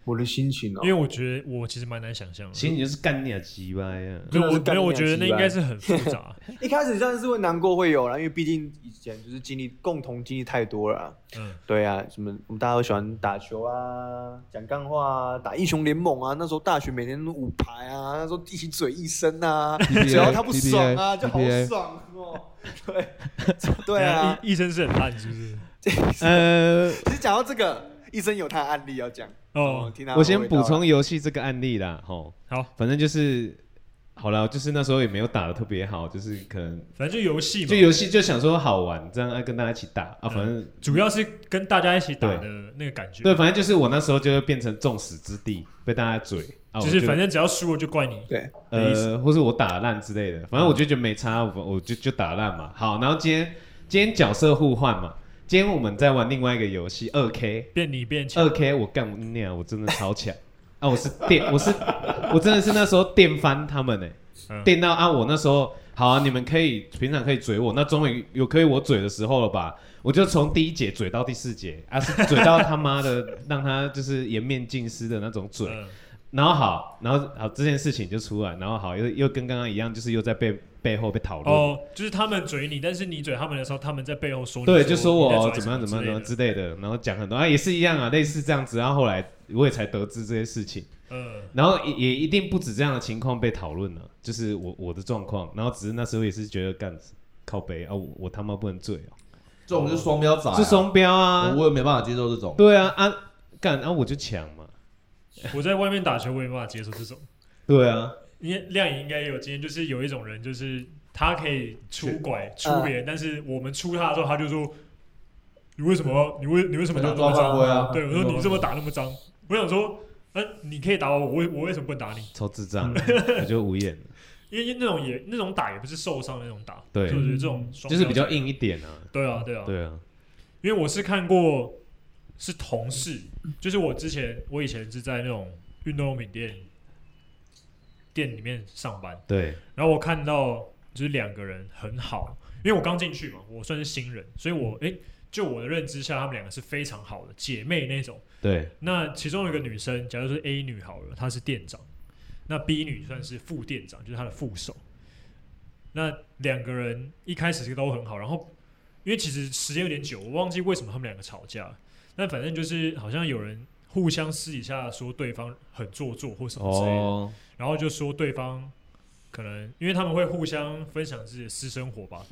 我的心情哦
因为，我觉得我其实蛮难想象的，
心情就是干你啊鸡巴呀！
就
真的
我
是干
没有，我
你娘
觉得那应
鸡巴
该是很复杂。
一开始当然是会难过，会有啦，因为毕竟以前就是经历共同经历太多了啊、
嗯，
对啊，什么我们大家都喜欢打球啊，讲干话啊，打英雄联盟啊。那时候大学每天都五排啊，那时候一起嘴一生啊，
PPA
只要他不爽啊，
PPA
就好爽哦。对， 对
等一
啊
下。医医生是很烂，是不是？
呃，
其实讲到这个，医生有他的案例要讲
哦
听他的
我先
味道
补
啦
充游戏这个案例啦，吼，
好，
反正就是好了，就是那时候也没有打的特别好，就是可能
反正就游戏嘛，
就游戏就想说好玩，这样要跟大家一起打啊，反正
主要是跟大家一起打的那个感觉，
对，反正就是我那时候就会变成众矢之的，被大家嘴，啊、
就
我
是反正只要输了就怪你。
对，
的意思
呃，或是我打烂之类的，反正我就觉得没差，我我就就打烂嘛。好，然后今天今天角色互换嘛，今天我们在玩另外一个游戏二 K
变你变强
二，K，我干我那样，我真的超强 啊！我是电，我是我真的是那时候电翻他们呢、欸
嗯
电到啊！我那时候好啊，你们可以平常可以嘴我，那终于有可以我嘴的时候了吧？我就从第一节嘴到第四节啊，是嘴到他妈的让他就是颜面尽失的那种嘴。
嗯
然后好，然后好这件事情就出来，然后好又又跟刚刚一样，就是又在背背后被讨论。
哦，就是他们嘴你，但是你嘴他们的时候，他们在背后说你，
对，就说我
你在
怎
拽
么样
什
怎么样怎么样
之
之类的，然后讲很多啊，也是一样啊，类似这样子。然后后来啊我也才得知这些事情，
类的，嗯，
然后也也一定不止这样的情况被讨论了，就是我我的状况。然后只是那时候也是觉得干靠背啊，我我他妈不能醉哦、
这种就是双标仔、
是双标
我
啊，
我也没办法接受这种。
对啊啊干啊我就抢嘛，
嗯我在外面打球，我也没办法接受这种。
对啊，
因为亮也应该也有经验，就是有一种人，就是他可以出拐出别人，但是我们出他的时候，他就说：“你为什么？你为嗯你为什么打那么
那就抓
脏
犯规啊？”
对，我说：“你怎么打那么脏？”我想说：“那、你可以打我，我为我为什么不能打你？
超智障的，我就无言了，
因为那种也那种打也不是受伤的那种打，
对
就是这种双
就是比较
标准。
硬一点啊，
对啊，对啊，
对啊。
因为我是看过是同事，就是我之前我以前是在那种运动用品店店里面上班。
对，
然后我看到就是两个人很好，因为我刚进去嘛，我算是新人，所以我诶，就我的认知下，他们两个是非常好的姐妹那种。
对，
那其中有一个女生，假如说 A 女好了，她是店长，那 B 女算是副店长，就是她的副手。那两个人一开始都很好，然后因为其实时间有点久，我忘记为什么他们两个吵架了，但反正就是好像有人互相私底下说对方很做作或什么之类的。
哦，
然后就说对方可能因为他们会互相分享自己的私生活吧，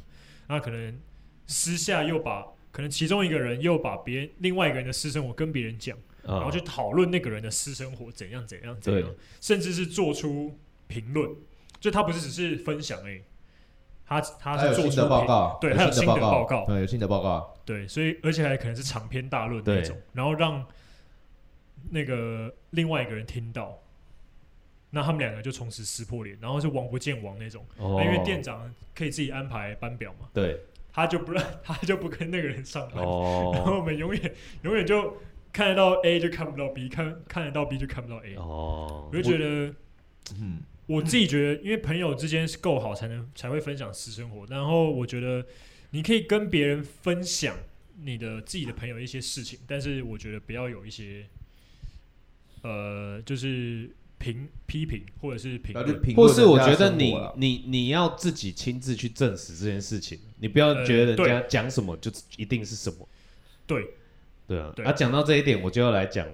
那可能私下又把可能其中一个人又把别人另外一个人的私生活跟别人讲，然后
啊
去讨论那个人的私生活怎样怎样怎样
对，
甚至是做出评论，就他不是只是分享而已，他他
还
是
有
做
新
出
的报
评
告，
对，还
还
有
有
新
新
的
的
报
报
告
告，，对，有新的报告，
对，所以而且还可能是长篇大论那
对
种，然后让那个另外一个人听到，那他们两个就从此撕破脸，然后是王不见王那种，
哦
那因为店长可以自己安排班表嘛，
对，
他就不让他就不跟那个人上班，然后
哦，
我们永远永远就看得到 A 就看不到 B，看看得到 B 就看不到 A，、
哦
我就觉得。
嗯，
我自己觉得，因为朋友之间是够好，才能才会分享私生活。然后我觉得，你可以跟别人分享你的自己的朋友一些事情，但是我觉得不要有一些，呃，就是评批评或者是评
然后就
论。
评论
或
人家
是
的
我觉得
生
你
活啊啦
你你要自己亲自去证实这件事情，你不要
呃
觉得人
对
家讲什么就一定是什么，
对
对啊。
对
啊，讲到这一点，我就要来讲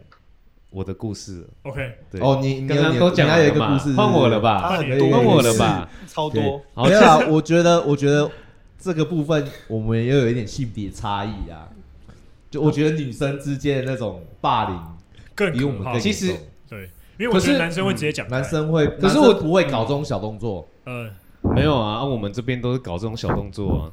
我的故事了。
，OK，
对，
哦，你你
刚
有
刚
你
都
你
讲
还有一
了
个故
嘛
事，，
换我了？
他
吧？
很
可以
啊多，
换我了吧？
超多。
好，
没
其
有
实
啦，我觉得，我觉得这个部分我们也有一点性别差异啊。就我觉得女生之间的那种霸凌，
更
比
可
我们
怕
更
其实
严重
对，因为我觉
可是
得男生会直接讲开、
男生会，
可是
男生
我
不会搞这种小动作
呃，
没有啊，啊我们这边都是搞这种小动作啊。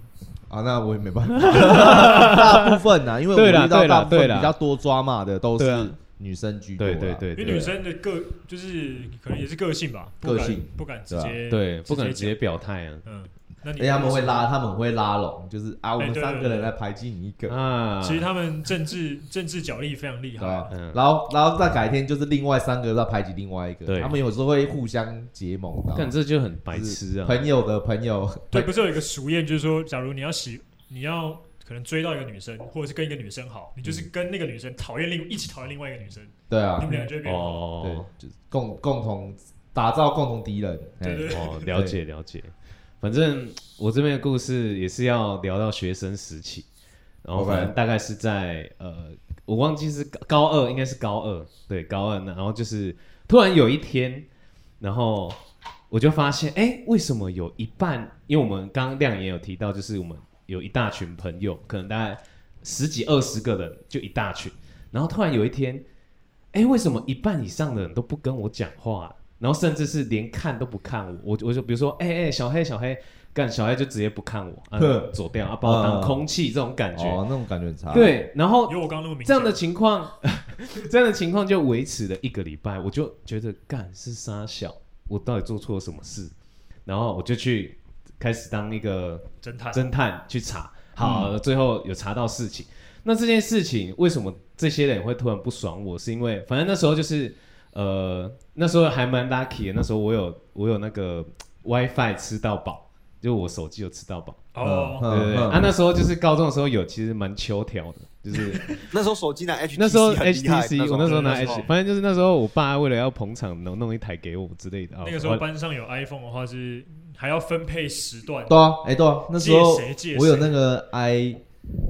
啊，那我也没 办法。大部分啊，因为我
对啦
遇到
对啦
大部
对
分
啦
比较多抓马的都
对啊
是女生居多啦，
对对对
因为
对
女生的个就是可能也是个性吧，不
个
敢
性
不敢直
对啊
接
对，不敢直
直
接
接
表态啊。
讲嗯，那你
哎，他们会拉，他们会拉拢，就是啊，我
哎
们
对
三个
对
人
对
来排挤你一个，
啊，
其实他们政治政治角力非常厉
对
害
吧，
嗯？
然后，然后再改天就是另外三个要排挤另外一个，
对
他们有时候会互相结盟，你知道
干
吗
这就很白痴啊。
朋友的朋友，
对，不是有一个俗谚，就是说，假如你要喜，你要可能追到一个女生，或者是跟一个女生好，你就是跟那个女生讨厌另一起讨厌另外一个女生，
对
你
啊
们，俩就会变好。
对
哦，，
就是共共同打造共同敌人，
对对
哎
哦，了解了解。反正我这边的故事也是要聊到学生时期，然后
OK
反正大概是在呃，我忘记是高高二，应该是高二，对高二。然后就是突然有一天，然后我就发现，哎、为什么有一半？因为我们刚刚亮也有提到，就是我们有一大群朋友，可能大概十几二十个人，就一大群。然后突然有一天，哎、为什么一半以上的人都不跟我讲话、然后甚至是连看都不看我，我我就比如说，哎、哎、小黑小黑，干小黑就直接不看我，啊
呵、
走掉啊，把我当
嗯
空气这种感觉。
哦，那种感觉很差，，
对，然后
有我刚刚那么明显
这样的情况， 这样的情况就维持了一个礼拜，我就觉得干是傻小，我到底做错了什么事？然后我就去开始当一个
侦探，
侦探去查，好，
嗯
最后有查到事情。那这件事情为什么这些人会突然不爽我？是因为反正那时候就是呃，那时候还蛮 lucky 的，那时候我有我有那个 WiFi 吃到饱，就我手机有吃到饱。
哦，
对对对，
嗯
啊，那时候就是高中的时候有，其实蛮秋条的，就是
那时候手机拿 HTC
那时候
很厉害
HTC，我那时候拿
那时
H，
候
反正就是那时候我爸为了要捧场，弄弄一台给我之类的啊。
那个时候班上有 iPhone 的话是还要分配时段
对啊，哎，对啊，那时候
借谁借谁
我有那个 i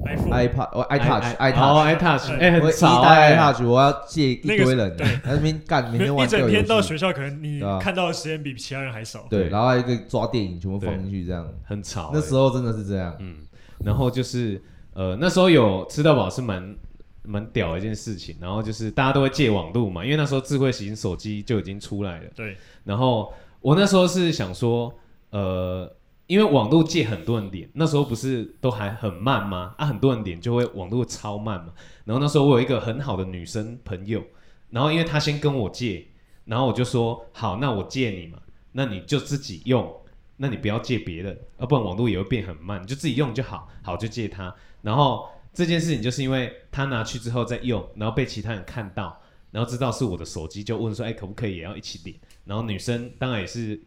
iPhone。
iPad，我 iTouch
o
iTouch。
iTouch，
嗯
哎，
我
很
一
潮哎，
代 iTouch，我要借一堆
那个
人，
对
在那 边干，每天
一
玩
整天
掉
到
游戏
学校，可能你
对啊
看到的时间比其他人还少。
对，然后还有一个抓电影全部放进去这样。
很潮。哎
那时候真的是这样，
嗯然后就是呃，那时候有吃到饱是蛮蛮屌的一件事情，然后就是大家都会借网路嘛，因为那时候智慧型手机就已经出来了。
对，
然后我那时候是想说，呃，因为网络借很多人连，那时候不是都还很慢吗？啊，很多人连就会网络超慢嘛。然后那时候我有一个很好的女生朋友，然后因为她先跟我借，然后我就说好，那我借你嘛，那你就自己用，那你不要借别人，要不然网络也会变很慢，你就自己用就好，好就借她。然后这件事情就是因为她拿去之后再用，然后被其他人看到，然后知道是我的手机，就问说，哎、可不可以也要一起连？然后女生当然也是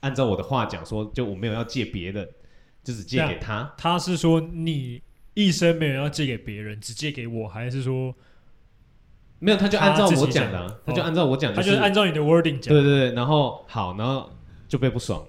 按照我的话讲说，就我没有要借别人，就只借给她。
他是说你一生没有要借给别人，只借给我，还是说
没有，她就按照
她自
我
己
讲的、
讲
啊，她就按照我讲、
他就是是按照你的 wording 讲？
对对对，然后好，然后就被不爽，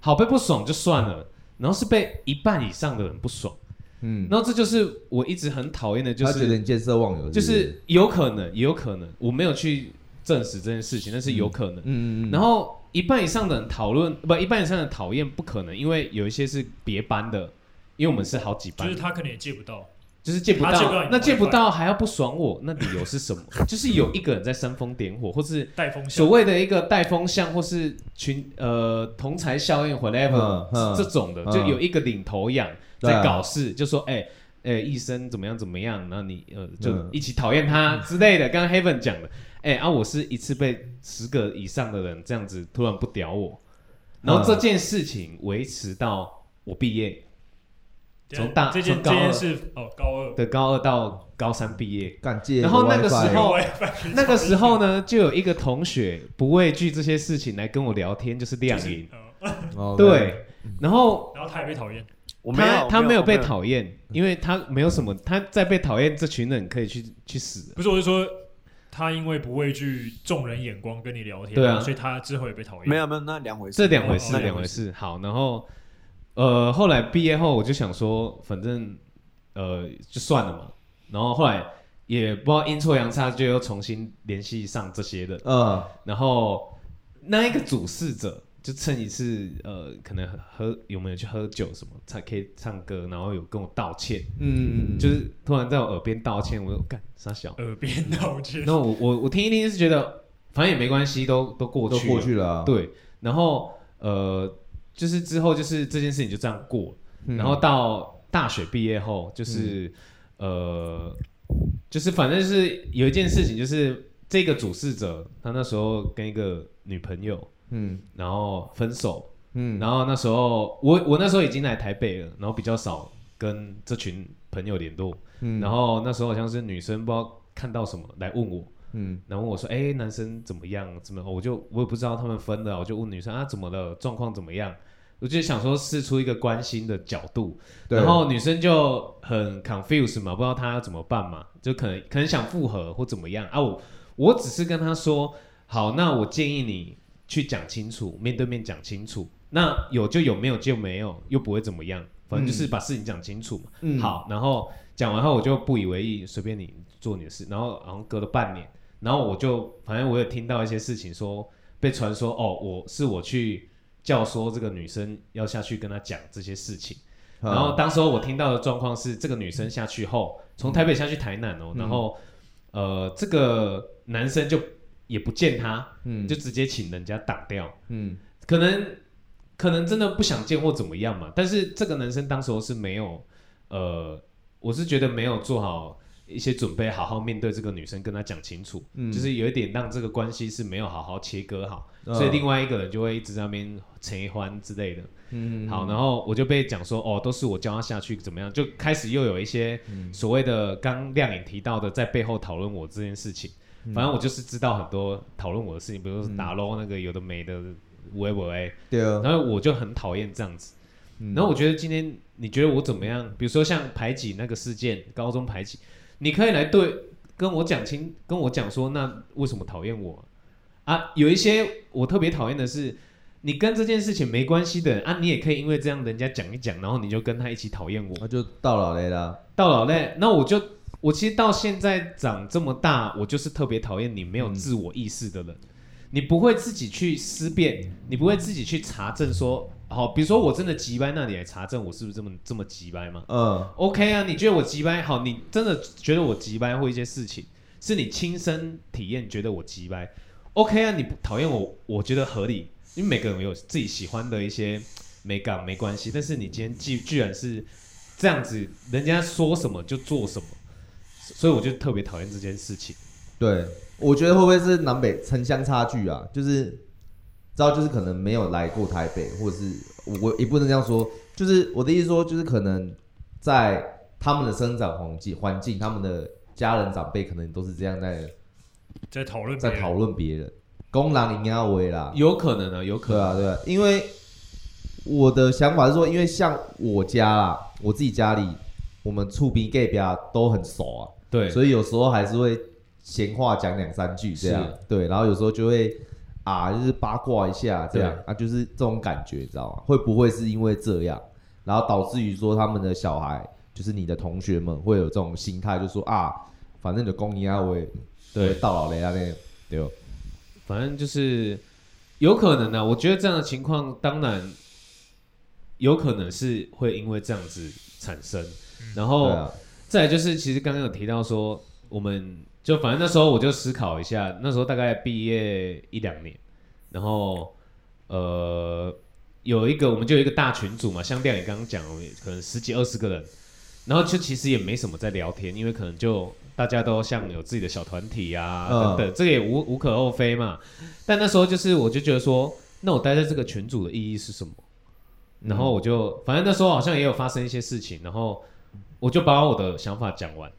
好被不爽就算了，然后是被一半以上的人不爽，
嗯，
然后这就是我一直很讨厌的，就
他觉得
是
你见色忘友，
就是
不是
是有可能，也有可能，我没有去证实这件事情，但是有可能。
嗯嗯嗯，
然后一半以上的人讨论，不，一半以上的人讨厌不可能，因为有一些是别班的，因为我们是好几班
就是，他可能也借不到。
就是借不
他借不到
到
你，的
那借不
WiFi
到还要不爽我，那理由是什么？ 就是有一个人在煽风点火，或是
带风向
所，谓的一个带风向或是群呃同才效应 whatever、
嗯嗯
这种的，
嗯
就有一个领头羊
对啊
在搞事，就说哎。欸哎、医生怎么样怎么样？然后你呃，就
嗯
一起讨厌他之类的。刚刚 Heaven 讲的，哎、啊，我是一次被十个以上的人这样子突然不屌我，然后这件事情维持到我毕业
对啊
从大
这件
从
这
高二
件事哦，高二
的高二到高三毕 业，
敢借，
然后那个时候
哎，
那个时候呢，就有一个同学不畏惧这些事情来跟我聊天，就是亮
就是
银。
呃
哦，
对，然后
然后他也被讨厌，
我没
他
有，
他没有被
我
讨厌，因为他没有什么，他再被讨厌，这群人可以去去死。
不是，我是说他因为不畏惧众人眼光跟你聊天，
对啊
所以他之后也被讨厌。
没有没有那两回事，
这两回
哦
事，
那
两回事。好，然后呃，后来毕业后我就想说，反正呃就算了嘛。然后后来也不知道阴错阳差，就又重新联系上这些人。
嗯，
然后那一个主事者就趁一次呃，可能喝有没有去喝酒什么，才可以唱歌，然后有跟我道歉，
嗯嗯，
就是突然在我耳边道歉，我就干傻小。
耳边道歉，
那我我我听一听是觉得，反正也没关系，都都过
都
去了
过去了啊，
对，然后呃，就是之后就是这件事情就这样过了，
嗯
然后到大学毕业后，就是、
嗯
呃，就是反正就是有一件事情，就是这个主事者他那时候跟一个女朋友，
嗯
然后分手，
嗯，
然后那时候我我那时候已经来台北了，然后比较少跟这群朋友联络，
嗯
然后那时候好像是女生不知道看到什么来问我，
嗯
然后问我说：“哎、男生怎么样？怎么？”我就我也不知道他们分了，我就问女生啊，怎么了？状况怎么样？我就想说试出一个关心的角度，
对
然后女生就很 confused 嘛，不知道她要怎么办嘛，就可能可能想复合或怎么样啊。我我只是跟她说，好，那我建议你去讲清楚，面对面讲清楚。那有就有，没有就没有，又不会怎么样，反正就是把事情讲清楚嘛。
嗯
好，然后讲完后我就不以为意，随便你做你的事。然后然后隔了半年，然后我就反正我有听到一些事情说被传说哦，我是我去教唆这个女生要下去跟她讲这些事情。
嗯
然后当时候我听到的状况是，这个女生下去后，从台北下去台南
嗯
哦，然后呃，这个男生就也不见她，
嗯
就直接请人家打掉，
嗯
可能可能真的不想见或怎么样嘛。但是这个男生当时候是没有，呃，我是觉得没有做好一些准备，好好面对这个女生，跟她讲清楚，
嗯
就是有一点让这个关系是没有好好切割好，
嗯
所以另外一个人就会一直在那边陈欢之类的。
嗯
好，然后我就被讲说，哦，都是我教他下去怎么样，就开始又有一些所谓的刚亮颖提到的在背后讨论我这件事情。反正我就是知道很多讨论我的事情，比如说打 l 那个有的没的，喂喂，
对啊，
然后我就很讨厌这样子。
嗯
然后我觉得今天你觉得我怎么样？比如说像排挤那个事件，高中排挤，你可以来对跟我讲清，跟我讲说，那为什么讨厌我啊？有一些我特别讨厌的是，你跟这件事情没关系的人啊，你也可以因为这样人家讲一讲，然后你就跟他一起讨厌我。
那就到老雷啦，
到老嘞，那我就我其实到现在长这么大，我就是特别讨厌你没有自我意识的人，你不会自己去思辨，你不会自己去查证说，好，比如说我真的急掰，那你来查证我是不是这么这么急掰吗
嗯，
？OK 啊，你觉得我急掰，好，你真的觉得我急掰或一些事情是你亲身体验觉得我急掰，OK 啊，你不讨厌我，我觉得合理，因为每个人有自己喜欢的一些美感没关系，但是你今天居居然是这样子，人家说什么就做什么，所以我就特别讨厌这件事情。
对，我觉得会不会是南北城乡差距啊？就是，知道就是可能没有来过台北，或者是我我也不能这样说，就是我的意思说，就是可能在他们的生长环境环境，他们的家人长辈可能都是这样在
在讨论别
在
人
讨论别人，公狼应该为啦，
有可能啊，有可
对
能。
啊，对啊，因为我的想法是说，因为像我家啦，我自己家里，我们厝边隔壁都很熟啊，
对，
所以有时候还是会闲话讲两三句这样
是，
对，然后有时候就会啊，就是八卦一下这样
对，
啊，就是这种感觉，你知道吗？会不会是因为这样，然后导致于说他们的小孩，就是你的同学们会有这种心态，就说啊，反正就公你啊，我也
对
我也到老雷啊那样，对哦，
反正就是有可能啊。我觉得这样的情况，当然有可能是会因为这样子产生。然后、
对啊，
再来就是，其实刚刚有提到说，我们就反正那时候我就思考一下，那时候大概毕业一两年，然后呃有一个我们就有一个大群组嘛，像亮也刚刚讲，我们可能十几二十个人，然后就其实也没什么在聊天，因为可能就大家都像有自己的小团体啊、
嗯
等等，这个也无无可厚非嘛。但那时候就是我就觉得说，那我待在这个群组的意义是什么？然后我就反正那时候好像也有发生一些事情，然后我就把我的想法讲完，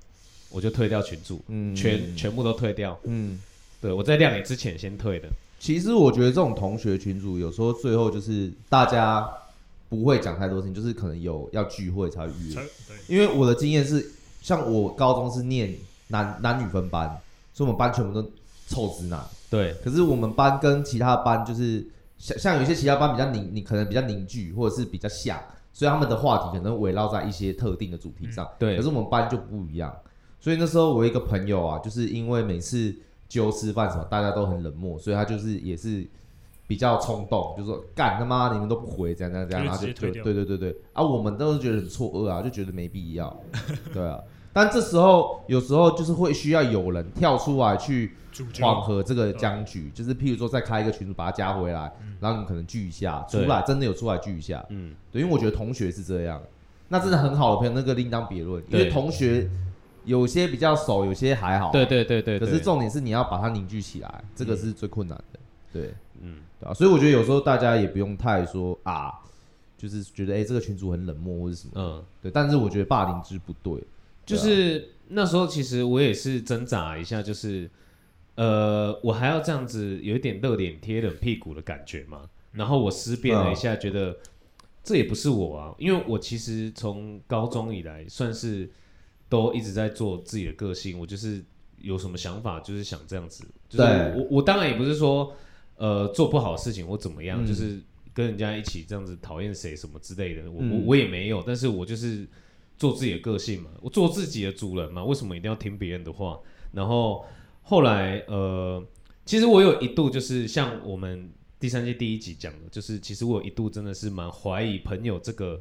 我就退掉群组，
嗯
全全部都退掉。
嗯。
对我在亮你之前先退的，
其实我觉得这种同学群组有时候最后就是大家不会讲太多事情，就是可能有要聚会才会
才
约。
对，
因为我的经验是，像我高中是念男男女分班，所以我们班全部都臭直男。
对
可是我们班跟其他班就是像像有一些其他班比较凝，你可能比较凝聚，或者是比较像，所以他们的话题可能围绕在一些特定的主题上。
对
可是我们班就不一样，所以那时候我有一个朋友啊，就是因为每次揪吃饭什么，大家都很冷漠，所以他就是也是比较冲动，就说干他妈你们都不回，这样这样这样，
就
然后
直
就
接退掉
对对对对啊，我们都是觉得很错愕啊，就觉得没必要，对啊。但这时候有时候就是会需要有人跳出来去
主角
缓和这个僵局，就是譬如说再开一个群组把它加回来，然后你们可能聚一下，出
嗯对
来真的有出来聚一下，
嗯，
对，因为我觉得同学是这样，那真的很好的朋友那个另当别论，因为
对
同学有些比较熟，有些还好，
对对对对，
哦可
对
是重点是你要把它凝聚起来，这个是最困难的，对，
嗯，
对啊，所以我觉得有时候大家也不用太说啊，就是觉得哎、这个群主很冷漠或者什么，
嗯，
对，但是我觉得霸凌之不对，
就是那时候其实我也是挣扎一下，就是呃，我还要这样子有一点热脸贴冷屁股的感觉嘛。然后我思辨了一下，觉得这也不是我啊，因为我其实从高中以来算是都一直在做自己的个性，我就是有什么想法就是想这样子，就是
对
我我当然也不是说呃做不好的事情我怎么样，
嗯
就是跟人家一起这样子讨厌谁什么之类的，我、
嗯
我我也没有，但是我就是做自己的个性嘛，我做自己的主人嘛，为什么一定要听别人的话？然后后来呃，其实我有一度就是像我们第三季第一集讲的，就是其实我有一度真的是蛮怀疑朋友这个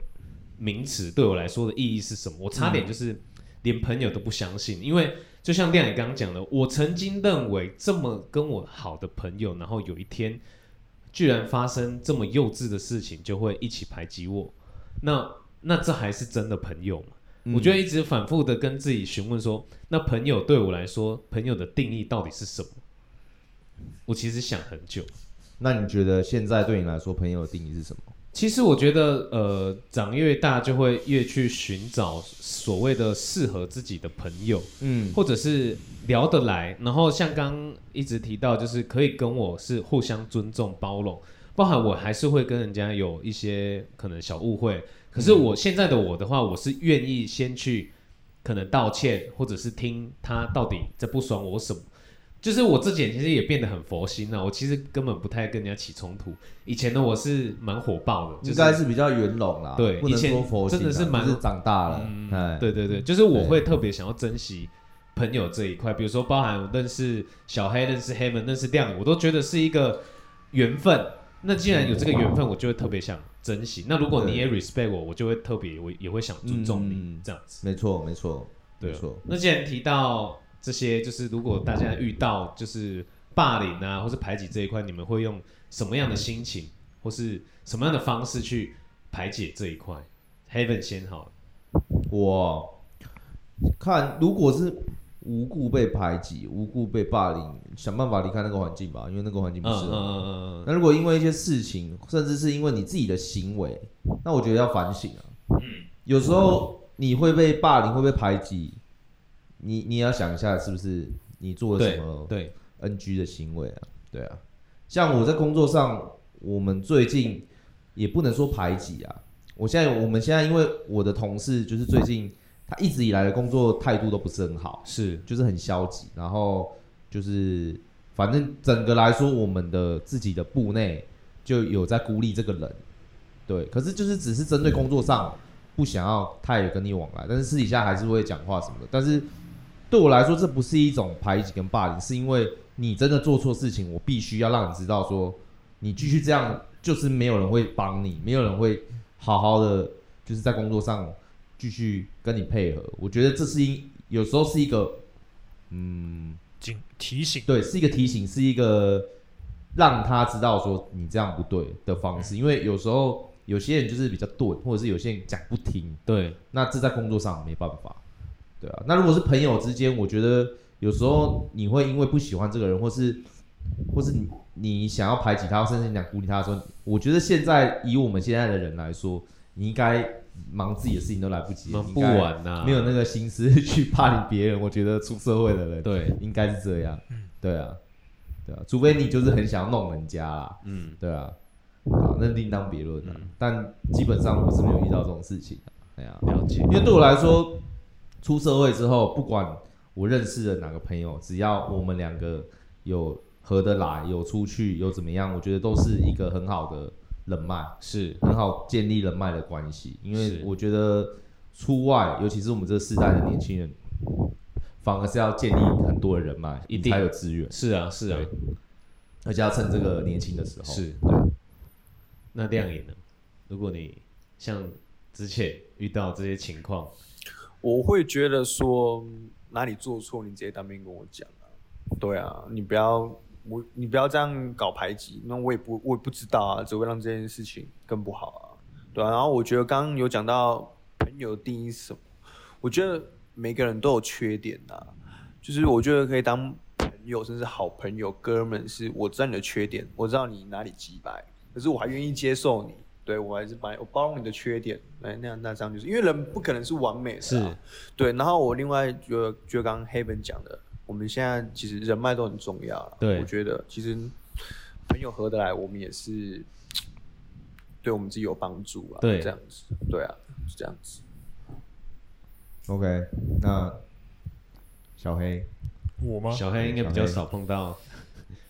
名词对我来说的意义是什么，我差点就是连朋友都不相信，因为就像亮也刚刚讲的，我曾经认为这么跟我好的朋友，然后有一天居然发生这么幼稚的事情，就会一起排挤我，那那这还是真的朋友吗？我觉得一直反复的跟自己询问说，那朋友对我来说，朋友的定义到底是什么？我其实想很久。
那你觉得现在对你来说，朋友的定义是什么？
其实我觉得，呃，长越大就会越去寻找所谓的适合自己的朋友，
嗯，
或者是聊得来。然后像刚一直提到，就是可以跟我是互相尊重、包容，包含我还是会跟人家有一些可能小误
嗯
会。可是我现在的我的话，我是愿意先去可能道歉，或者是听他到底在不爽我什么。就是我自己其实也变得很佛心啊了、我其实根本不太跟人家起冲突。以前的我是蛮火爆的，就
应
是
该是比较圆融啦，
对
不能
以前
说佛系啦，
真的是蛮嗯
就是长大了，哎，
对对对，就是我会特别想要珍惜朋友这一块，比如说包含我认识小黑、认识 Heaven、认识亮，我都觉得是一个缘分。那既然有这个
嗯
缘分，我就会特别想珍惜。那如果你也 respect 我，我就会特别我也会想尊重你
嗯
这样子。
没错没错，
对
没
啊
错，
那既然提到这些，就是如果大家遇到就是霸凌啊，或是排挤这一块，你们会用什么样的心情，或是什么样的方式去排解这一块？Heaven 先好了，
我看如果是无故被排挤、无故被霸凌，想办法离开那个环境吧，因为那个环境
嗯
不适
嗯
合。
嗯嗯嗯。
那如果因为一些事情，甚至是因为你自己的行为，那我觉得要反省啊。
嗯
有时候你会被霸凌，会被排挤，你你也要想一下是不是你做了什
对
么
对，
NG 的行为啊，对啊，像我在工作上，我们最近也不能说排挤啊。我现在我们现在因为我的同事就是最近他一直以来的工作态度都不是很好，
是
就是很消极，然后就是反正整个来说，我们的自己的部内就有在孤立这个人，对，可是就是只是针对工作上不想要太有跟你往来，但是私底下还是会讲话什么的，但是对我来说，这不是一种排挤跟霸凌，是因为你真的做错事情，我必须要让你知道说，你继续这样，就是没有人会帮你，没有人会好好的，就是在工作上继续跟你配合。我觉得这是一有时候是一个，嗯，
警提醒，
对，是一个提醒，是一个让他知道说你这样不对的方
嗯
式，因为有时候有些人就是比较钝，或者是有些人讲不听，
对，
那这在工作上没办法，对啊。那如果是朋友之间，我觉得有时候你会因为不喜欢这个人，或是或是你你想要排挤他，甚至你想孤立他的时候，我觉得现在以我们现在的人来说，你应该忙自己的事情都来不及，
忙
你应
不
该
完啊呐、
没有那个心思去 霸凌别人。我觉得出社会的人
对，
应该是这样，对啊，对啊，除非你就是很想要弄人家啦，
嗯，
对啊，啊，那另当别论啊。但基本上我是没有遇到这种事情啊，哎呀、
了解，
因为对我来说，出社会之后，不管我认识的哪个朋友，只要我们两个有合得来，有出去，有怎么样，我觉得都是一个很好的人脉，
是
很好建立人脉的关系。因为
是
我觉得出外，尤其是我们这世代的年轻人，反而是要建立很多的人脉，
一
你
定
才有资源，
是啊是啊
而且要趁这个年轻的时候。
是
对。
那亮眼呢？如果你像之前遇到这些情况，
我会觉得说嗯哪里做错，你直接当面跟我讲啊。对啊，你不要我，你不要这样搞排挤，那我也不我也不知道啊，只会让这件事情更不好啊。对啊，然后我觉得刚刚有讲到朋友的定义是什么，我觉得每个人都有缺点啊，就是我觉得可以当朋友，甚至好朋友、哥们是，我知道你的缺点，我知道你哪里鸡掰，可是我还愿意接受你，对我还是把我包容你的缺点，那那样那这样就是因为人不可能是完美的、啊，
是
对，然后我另外觉得，就刚刚黑本讲的，我们现在其实人脉都很重要啦
对
我觉得其实朋友合得来，我们也是对我们自己有帮助啊。
对
这样子，对啊，是这样子。
OK，那小黑，
我吗？
啊小黑应该比较少碰到，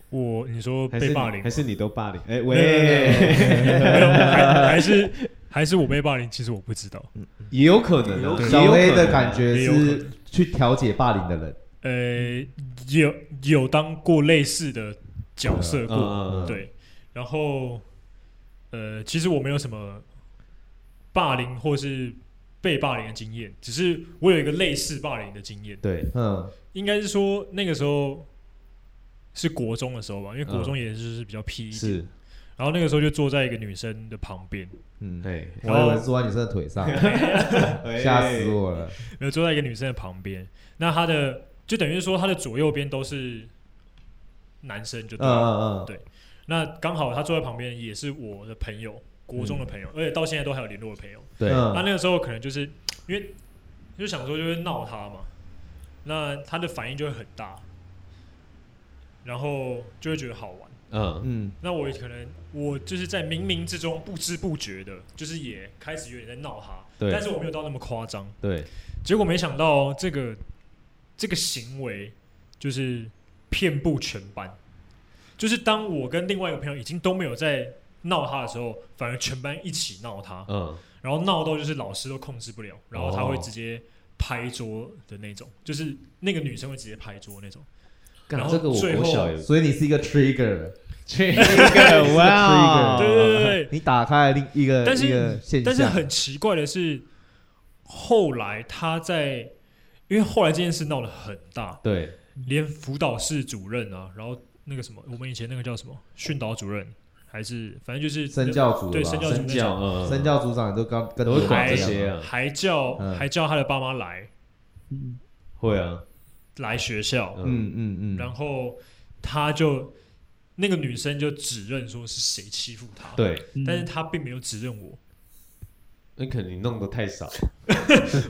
我你说
还是
被
你
霸凌
还？是你都霸凌？哎、
没有没有没有
喂，
没有还还是还是我被霸凌？其实我不知道。
也有可能啊，
对
也有
小
可
黑
能
的感觉
也有可
是去调解霸凌的人，
呃，有有当过类似的角色过，
嗯嗯嗯
对。然后，呃，其实我没有什么霸凌或是被霸凌的经验，只是我有一个类似霸凌的经验。
对，
嗯，
应该是说那个时候是国中的时候吧，因为国中也就是比较屁一点。
嗯是，
然后那个时候就坐在一个女生的旁边，
嗯，
哎，
我以为是坐在女生的 腿上，
哎
吓死我了。
没有坐在一个女生的旁边。那她的就等于是说她的左右边都是男生，就
嗯
对了。
嗯嗯，
对那刚好他坐在旁边也是我的朋友，国中的朋友，而且到现在都还有联络的朋友。
对，
嗯
那那个时候可能就是因为就想说就会闹他嘛，那他的反应就会很大，然后就会觉得好玩。
嗯，
嗯，
那我也可能我就是在冥冥之中不知不觉的，就是也开始有点在闹他，
对
但是我没有到那么夸张。
对，
结果没想到这个这个行为就是遍布全班，就是当我跟另外一个朋友已经都没有在闹他的时候，反而全班一起闹他，
嗯，
然后闹到就是老师都控制不了，然后他会
哦
直接拍桌的那
哦
种，就是那个女生会直接拍桌那种。
干
然后
这个我
最
国
后
小有
所以你是一个 trigger，
这 个哇，
哦
哦
对对对对，
你打开了另一个
但是
呃一个现象，
但是很奇怪的是，后来他在，因为后来这件事闹得很大，
对，
嗯
连辅导室主任啊，然后那个什么，我们以前那个叫什么训导主任，还是反正就是
身教组
对
吧
身教组
身
那
教，
种，
嗯，
身，教组长都刚跟
都会
你
管
一
这
样
些啊，
还叫、
嗯
还叫他的爸妈来
会啊，
来学校，
嗯，
嗯嗯嗯，
然后他就那个女生就指认说是谁欺负他，，
对，
但
嗯
是他并没有指认我，
那可能你弄得太少，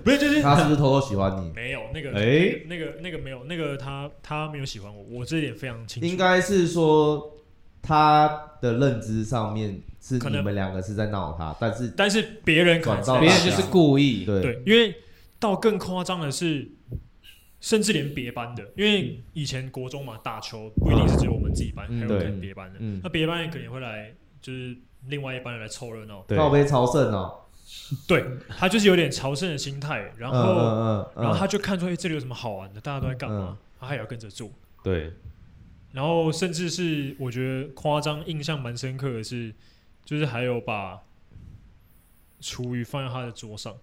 不是就是
他是不是偷偷喜欢你？
没有那个
哎
那个那个没有那个他他没有喜欢我，我这一点非常清楚，
应该是说他的认知上面是
可
你
能
们两个是在闹他，但是
但是别人可能
转到
别
知道
人就是故意，
对
对，因为到更夸张的是，甚至连别班的，因为以前国中嘛，打球不一定是只有我们自己班，
嗯
还有可能别班的，
嗯
那，别班也可能会来，就是另外一班人来凑热闹。
对，
靠背超盛哦，
对他就是有点朝圣的心态，然
嗯
后、
嗯嗯，
然后
嗯
他就看出哎、这里有什么好玩的，大家都在干嘛，他也要跟着做。
对，
然后甚至是我觉得夸张、印象蛮深刻的是，就是还有把厨余放在他的桌上，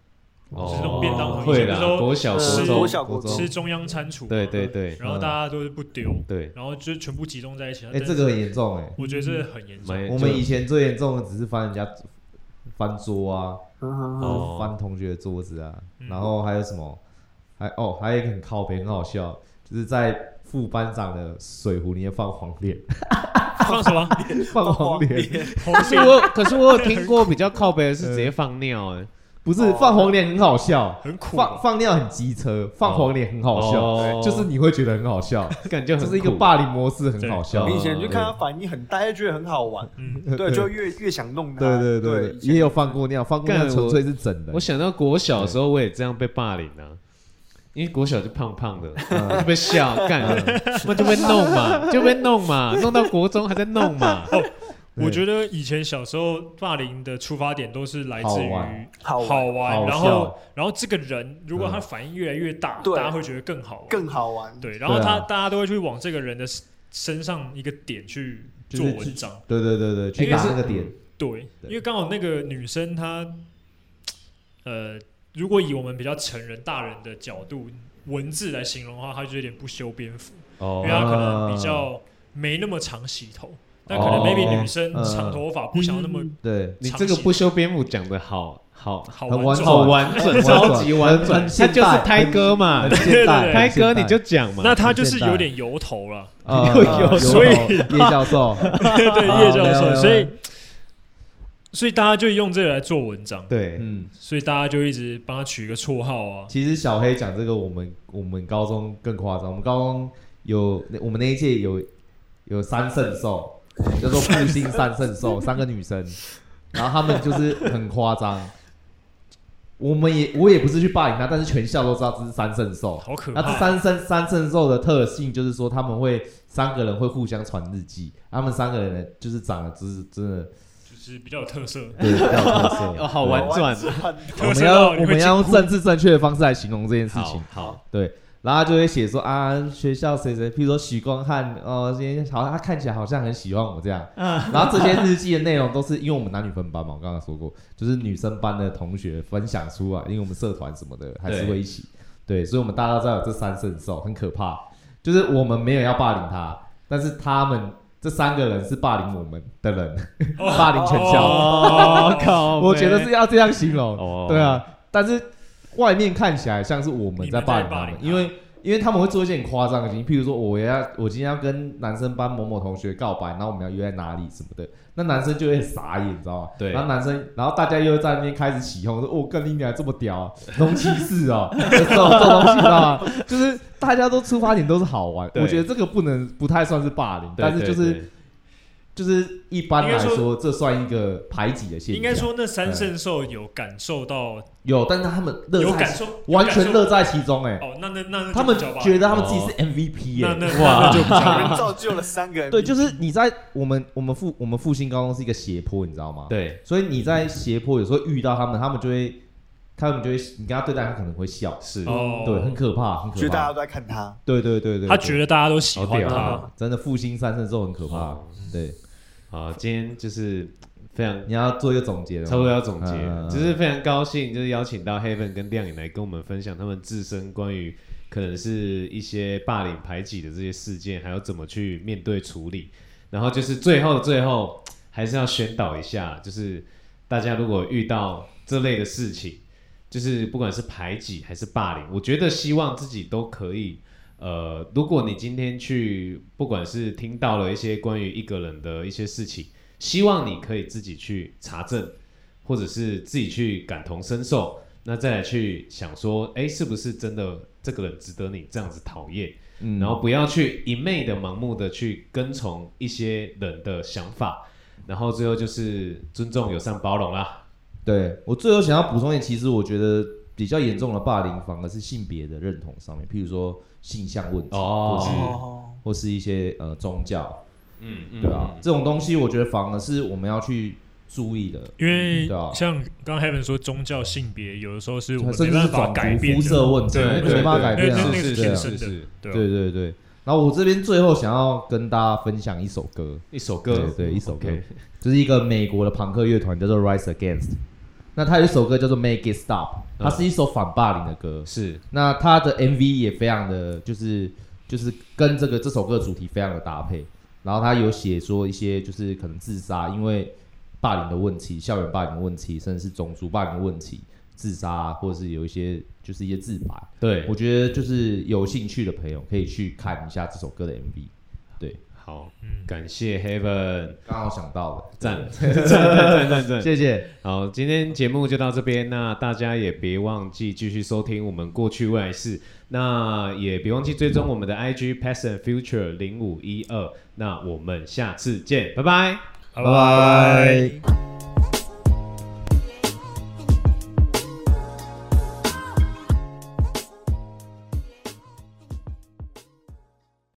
哦
就是那种便当盒
哦会
以前不
啦
是，都
国小、
吃
国中，
小嗯国中
吃中央餐厨，
对对对
然后大家都是不丢，
对，
然后就全部集中在一起。
哎，
但
这个很严重哎，
我觉得这很严重。
蛮
我们以前最严重的只是翻人家翻桌啊，
嗯
哦
翻同学的桌子啊，
嗯
然后还有什么？还哦，还有一个很靠北，很好笑，就是在副班长的水壶里面放黄连，
放什么？
放黄连，
红
可是
线
我，可是我有听过比较靠北的是直接放尿，哎，
不是放黄连很好笑，
很苦
放
啊，
放尿很机车，放黄连很好
哦
笑，就是你会觉得很 好笑，
感觉
这
很
是一个
酷
霸凌模式，很好笑
我
对。
以前就看他反应很大，就觉得很好玩，对，就越越想弄他。
对对
对
对
以，前
也有放过尿，放过尿
干
纯
我
粹是整的
我。想到国小的时候，我也这样被霸凌啊，因为国小就胖胖的，
嗯
就被笑干，那就被弄嘛，就被弄嘛，弄到国中还在弄嘛，
我觉得以前小时候霸凌的出发点都是来自
好
于
玩
好玩
好玩，
好笑嗯
然后然后这个人如果他反应越来越大，
对
大家会觉得更好玩，
更好玩。
对，然后他
对啊
大家都会去往这个人的身上一个点去
就
做
是
文章，
对对对对，去
因为
打
是
那个点，
对，
对
因为刚好那个女生她，呃，如果以我们比较成人大人的角度文字来形容的话，她就有点不修边幅，因为
哦
她可能比较没那么常洗头，但可
哦
能 maybe 女生
嗯
长头发不想要那么
对，
你这个不修边幅讲的好好
好
很
玩
完
重
好完整，
很
超级完整，
很
他
现代
就是胎哥嘛
很，现代，
对对对
胎
很
哥
现代
你就讲嘛，
那她就是
很现代
有点油头 了，
啊
有
啊
有
有
所以
有叶教授，
对叶教
哦没有没
授，
有
所以所以大家就用这个来做文章，
对，
嗯，
所以大家就一直帮他取一个绰号啊，
其实小黑讲这个，我们我们高中更夸张，我们高中有我们那一届 有有三圣兽，叫做复兴三圣兽，三个女生，然后他们就是很夸张。我们也我也不是去霸凌他，但是全校都知道这是三圣兽。
好可
那
怕
这三圣三圣兽的特性就是说，他们会三个人会互相传日记，他们三个人就是长得就是真的
就是比较有特色。
对比较有特 色，
哦好玩
对
转
我
特
们
色
要
到
我
你会
们要
惊
用
呼
政治正确的方式来形容这件事
好
情。
好，
对，然后他就会写说啊，学校谁谁，譬如说许光汉，哦，今天好像他看起来好像很喜欢我这样。
嗯
然后这些日记的内容都是因为我们男女分班嘛，我刚刚说过，就是女生班的同学分享出来，因为我们社团什么的还是
对
会一起。对，所以我们大家都知道有这三圣兽很可怕，就是我们没有要霸凌他，但是他们这三个人是霸凌我们的人， 霸凌全校。
哦靠
我觉得是要这样形容。
哦
对啊，但是外面看起来像是我们在霸凌他
你们在霸
们
凌，他
因为因为他们会做一些很夸张的事情，譬如说哦我要我今天要跟男生班某某同学告白，然后我们要约在哪里什么的，那男生就会傻眼，你知道吗？
对
然后男生，然后大家又会在那边开始起哄，说：“我、哦、跟你俩这么屌、啊，龙骑士哦， 这种这种东西，你知道吗？就是大家都出发点都是好玩，
对
我觉得这个不能不太算是霸凌，
对
但是
对
就是
对
就是一般
应该
来
说
说，这算一个排挤的现象。
应该说那三圣兽有感受到，
有，但是他们乐
有
在
感
其
受，有
完
感
全
受
乐在其中哎、
哦，那那那那就
他们
比较吧
觉得他们自己是 MVP 耶、
那那那那 就比较
造就了三个人。
对，哎就是你在我们我们复我们复兴高中是一个斜坡，你知道吗？，
对
所以你在斜坡有时候遇到他们，他们就会，他们就会，你跟他对待，他可能会笑，是
哦
对，很可怕，很
觉
可
得大家
怕
都，在看他，
对对对哦啊对，
他觉
得
得大家都喜欢
好屌
他，
真的复兴三圣之后很可怕
哦，
对，
好，今天就是非常
你要做一个总结了吗，
差不多要总结
嗯嗯嗯
了，只是非常高兴，就是邀请到 Heaven 跟亮颖来跟我们分享他们自身关于可能是一些霸凌排挤的这些事件，还有怎么去面对处理。然后就是最后最后还是要宣导一下，就是大家如果遇到这类的事情，就是不管是排挤还是霸凌，我觉得希望自己都可以。呃，如果你今天去，不管是听到了一些关于一个人的一些事情，希望你可以自己去查证，或者是自己去感同身受，那再来去想说，哎，是不是真的这个人值得你这样子讨厌？
嗯
然后不要去一昧的盲目的去跟从一些人的想法，然后最后就是尊重、友善、包容啦。
对我最后想要补充一点，其实我觉得比较严重的霸凌反而是性别的认同上面，譬如说性向问题，
哦
或是
哦，
或是一些呃宗教，
嗯，嗯
对啊，，这种东西我觉得反而是我们要去注意的，
因为
对啊
像刚刚 Heaven 说，宗教性别有的时候是我们
甚
没
至
办
是
法
种
改
族
变
肤色
的，
问题，
对
那
对
没办法
对
改变
那
啊，
那个是
对
天
啊
生
是是
的，对啊
对对对。然后我这边最后想要跟大家分享一首歌，
一首歌，
对对，一首歌
OK，
就是一个美国的朋克乐团叫做 Rise Against，那它有一首歌叫做 Make It Stop，它是一首反霸凌的歌，
是
那他的 MV 也非常的，就是就是跟这个这首歌的主题非常的搭配。然后他有写说一些就是可能自杀，因为霸凌的问题、校园霸凌的问题，甚至是种族霸凌的问题，自杀、啊或者是有一些就是一些自白。
对
我，觉得就是有兴趣的朋友可以去看一下这首歌的 MV。对，
好，
嗯
感谢 Heaven，
刚好想到了，
赞 赞赞赞赞。
谢谢，
好，今天节目就到这边，那大家也别忘记继续收听我们过去未来式，那也别忘记追踪我们的 IG Past and Future 零五一二，那我们下次见，拜拜。
拜拜。
拜